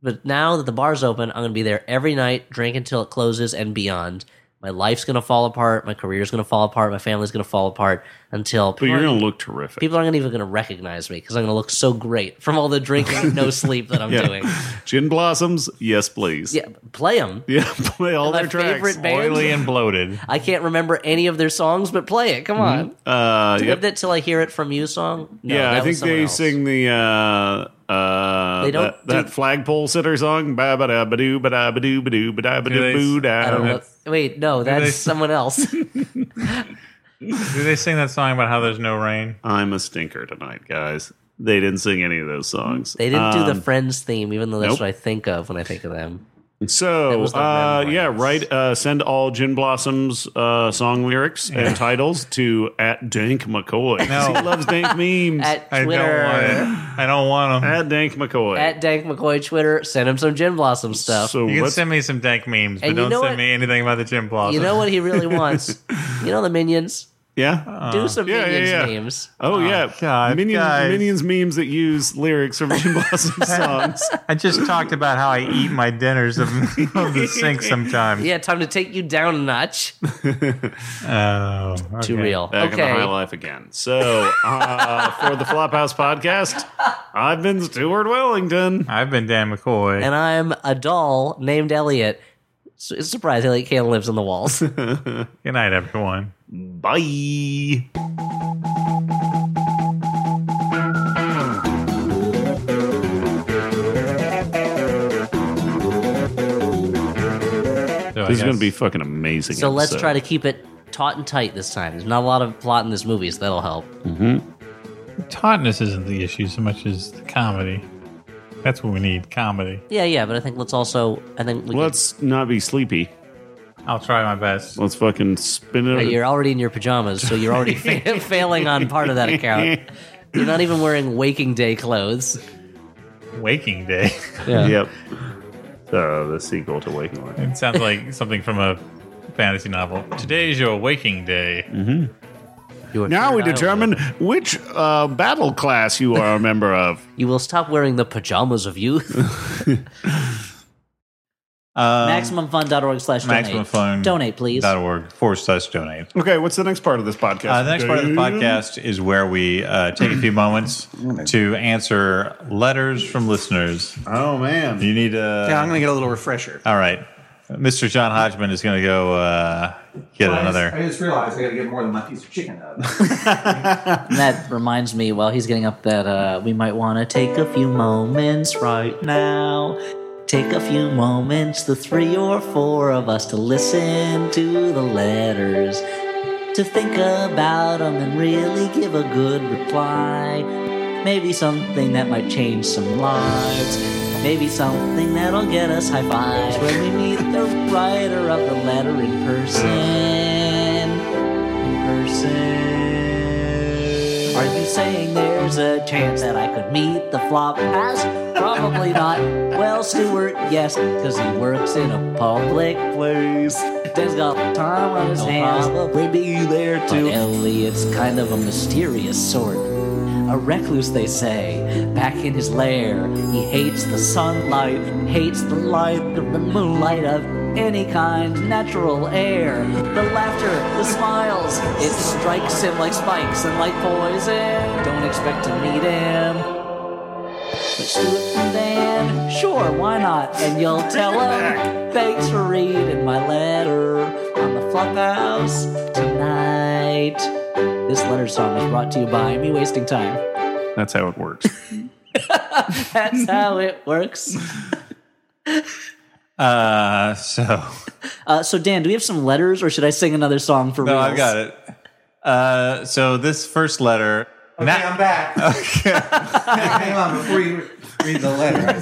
Speaker 2: but now that the bar's open, I'm gonna be there every night, drink until it closes and beyond. My life's gonna fall apart, my career's gonna fall apart, my family's gonna fall apart until
Speaker 3: But you're going to look terrific.
Speaker 2: people aren't even gonna recognize me because I'm gonna look so great from all the drinking and no sleep that I'm
Speaker 3: Yeah.
Speaker 2: doing.
Speaker 3: Gin blossoms, yes, please.
Speaker 2: Yeah, play them.
Speaker 3: Yeah, play all
Speaker 2: My
Speaker 3: their tracks.
Speaker 2: favorite band.
Speaker 1: Oily and bloated.
Speaker 2: I can't remember any of their songs, but play it. Come on.
Speaker 3: Uh,
Speaker 2: Live
Speaker 3: yep.
Speaker 2: that till I hear it from you song. No,
Speaker 3: yeah,
Speaker 2: that
Speaker 3: I
Speaker 2: was
Speaker 3: think
Speaker 2: someone
Speaker 3: they
Speaker 2: else.
Speaker 3: sing the uh, uh,
Speaker 2: They don't
Speaker 3: that,
Speaker 2: do-
Speaker 3: that flagpole sitter song. Ba ba da ba doo ba da ba doo ba doo ba da ba
Speaker 1: Do they-
Speaker 3: doo boo
Speaker 2: I don't
Speaker 3: da.
Speaker 2: know. Wait, no, that's
Speaker 1: they-
Speaker 2: someone else.
Speaker 1: Do they sing that song about how there's no rain?
Speaker 3: I'm a stinker tonight, guys. They didn't sing any of those songs.
Speaker 2: They didn't do the
Speaker 3: Um,
Speaker 2: Friends theme, even though that's
Speaker 3: nope.
Speaker 2: what I think of when I think of them. That
Speaker 3: Um, So,
Speaker 2: was the
Speaker 3: uh,
Speaker 2: Ramblings.
Speaker 3: yeah, right. Uh, send all Gin Blossoms uh, song lyrics and titles to at Dank McCoy.
Speaker 1: No.
Speaker 3: He loves Dank memes. at,
Speaker 2: At
Speaker 1: I don't want
Speaker 2: Twitter,
Speaker 1: it. I don't want them.
Speaker 3: Dank McCoy.
Speaker 2: at Dank McCoy Twitter, send him some Gin Blossom stuff.
Speaker 3: so
Speaker 1: You can
Speaker 3: let's,
Speaker 1: send me some dank memes, but
Speaker 2: And you
Speaker 1: don't
Speaker 2: know
Speaker 1: send
Speaker 2: what?
Speaker 1: me anything about the Jim Blossom.
Speaker 2: you know what he really wants? you know the Minions?
Speaker 3: yeah.
Speaker 2: do some
Speaker 3: Uh, yeah, yeah,
Speaker 2: Minions
Speaker 3: yeah.
Speaker 2: memes.
Speaker 3: Oh, yeah.
Speaker 1: Uh, God,
Speaker 3: Minions,
Speaker 1: guys.
Speaker 3: Minions memes that use lyrics from Gin Blossom songs.
Speaker 1: I just talked about how I eat my dinners of, of the sink sometimes.
Speaker 2: Yeah, time to take you down a notch.
Speaker 1: Oh, okay.
Speaker 2: Too real.
Speaker 3: Back in the high
Speaker 2: okay.
Speaker 3: life again. So, uh, for the Flophouse podcast, I've been Stuart Wellington.
Speaker 1: I've been Dan McCoy.
Speaker 2: And I'm a doll named Elliot. S- It's a surprise Elliot Kane lives on the walls.
Speaker 1: Good night, everyone.
Speaker 3: Bye.
Speaker 1: So I
Speaker 3: This is going
Speaker 1: guess-
Speaker 3: to be fucking amazing.
Speaker 2: so let's
Speaker 3: episode.
Speaker 2: try to keep it taut and tight this time. There's not a lot of plot in this movie, so that'll help.
Speaker 1: tautness isn't the issue so much as the comedy. That's what we need, comedy.
Speaker 2: Yeah, yeah, but I think let's also I think we could-
Speaker 3: Let's not be sleepy.
Speaker 1: I'll try my best.
Speaker 3: Let's fucking spin it.
Speaker 2: You're already in your pajamas, so you're already fa- failing on part of that account. You're not even wearing waking day clothes.
Speaker 1: Waking Day.
Speaker 3: Yep. So the sequel to Waking Life.
Speaker 1: it sounds like something from a fantasy novel. Today's your waking day.
Speaker 6: Mm.
Speaker 2: You are
Speaker 3: Now we
Speaker 2: third eye
Speaker 3: determine
Speaker 2: open.
Speaker 3: which uh, battle class you are a member of.
Speaker 2: you will stop wearing the pajamas of youth.
Speaker 6: MaximumFun.org slash donate. Donate, please.
Speaker 1: MaximumFun.org forward slash donate.
Speaker 3: Okay, what's the next part of this podcast?
Speaker 1: Uh, the next part of the podcast is where we uh, take a few moments to answer letters from listeners.
Speaker 3: Oh man.
Speaker 1: You need a.
Speaker 7: Yeah, I'm going to get a little refresher.
Speaker 1: all right. Mr. John Hodgman is going to go uh, get
Speaker 7: I
Speaker 1: another.
Speaker 7: just realized I got to get more than my piece of chicken out of it.
Speaker 6: And that reminds me, while he's getting up, that uh, we might want to take a few moments right now. Take a few moments, the three or four of us, to listen to the letters, to think about them and really give a good reply. Maybe something that might change some lives. Maybe something that'll get us high fives when we meet the writer of the letter in person person. Are you saying there's a chance that I could meet the flop house?
Speaker 2: Probably not. Well, Stewart, yes, because he works in a public place. Dan's got time on his
Speaker 8: He'll
Speaker 2: hands.
Speaker 8: probably
Speaker 2: be there
Speaker 8: too.
Speaker 2: But Elliot's kind of a mysterious sort. A recluse, they say. Back in his lair, he hates the sunlight, hates the light of the moonlight of any kind, natural air. The laughter, the smiles, it strikes him like spikes and like poison. Don't expect to meet him. But Stuart and Dan, sure, why not? And you'll tell them, thanks for reading my letter on the Flophouse tonight. This letter song is brought to you by Me Wasting Time.
Speaker 3: That's how it works.
Speaker 2: That's how it works.
Speaker 1: Uh, so
Speaker 2: Uh, so, Dan, do we have some letters or should I sing another song for
Speaker 1: no,
Speaker 2: reals?
Speaker 1: I've got it. Uh, so this first letter.
Speaker 7: Okay, I'm back. Hang on, before you read the letter,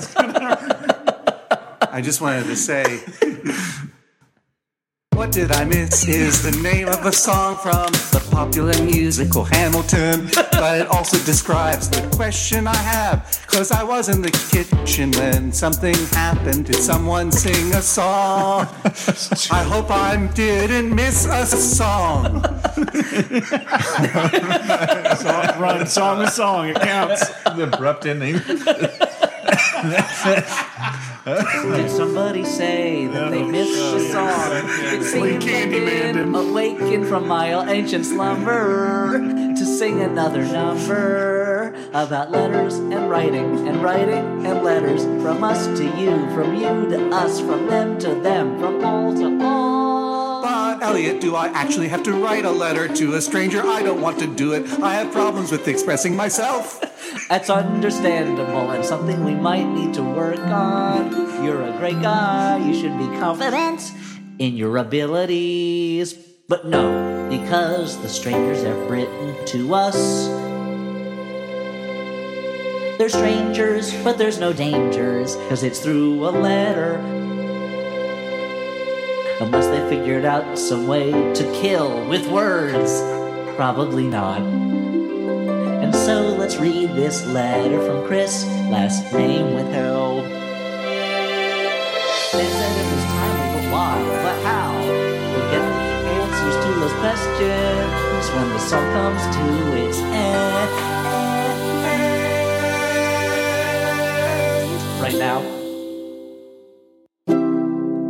Speaker 7: I just wanted to say. What did I miss is the name of a song from the popular musical Hamilton, but it also describes the question I have. Cause I was in the kitchen when something happened. Did someone sing a song? I hope I didn't miss a song.
Speaker 3: Run song to song. It counts.
Speaker 1: the abrupt ending.
Speaker 2: Did somebody say that they missed the song? It seemed like been awakened from my ancient slumber to sing another number about letters and writing and writing and letters from us to you, from you to us, from them to them, from all to all.
Speaker 7: But Elliot, do I actually have to write a letter to a stranger? I don't want to do it. I have problems with expressing myself.
Speaker 2: That's understandable and something we might need to work on. You're a great guy. You should be confident in your abilities. But no, because the strangers have written to us. They're strangers, but there's no dangers, because it's through a letter. Unless they figured out some way to kill with words. Probably not. And so let's read this letter from Chris, last name with withheld. They said it was timely, but why? But how? We'll get the answers to those questions when the song comes to its end. Right now.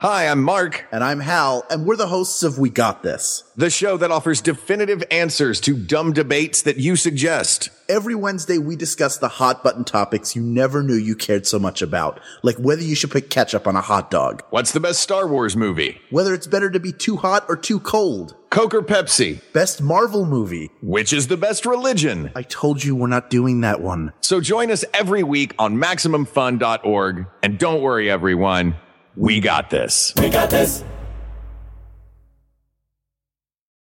Speaker 9: Hi, I'm Mark,
Speaker 10: And I'm Hal, and we're the hosts of We Got This.
Speaker 9: the show that offers definitive answers to dumb debates that you suggest.
Speaker 10: Every Wednesday, we discuss the hot button topics you never knew you cared so much about, like whether you should put ketchup on a hot dog,
Speaker 9: What's the best Star Wars movie?
Speaker 10: whether it's better to be too hot or too cold,
Speaker 9: Coke or Pepsi?
Speaker 10: best Marvel movie.
Speaker 9: Which is the best religion?
Speaker 10: I told you we're not doing that one.
Speaker 9: So join us every week on MaximumFun.org. And don't worry, everyone, we got this.
Speaker 11: We got this.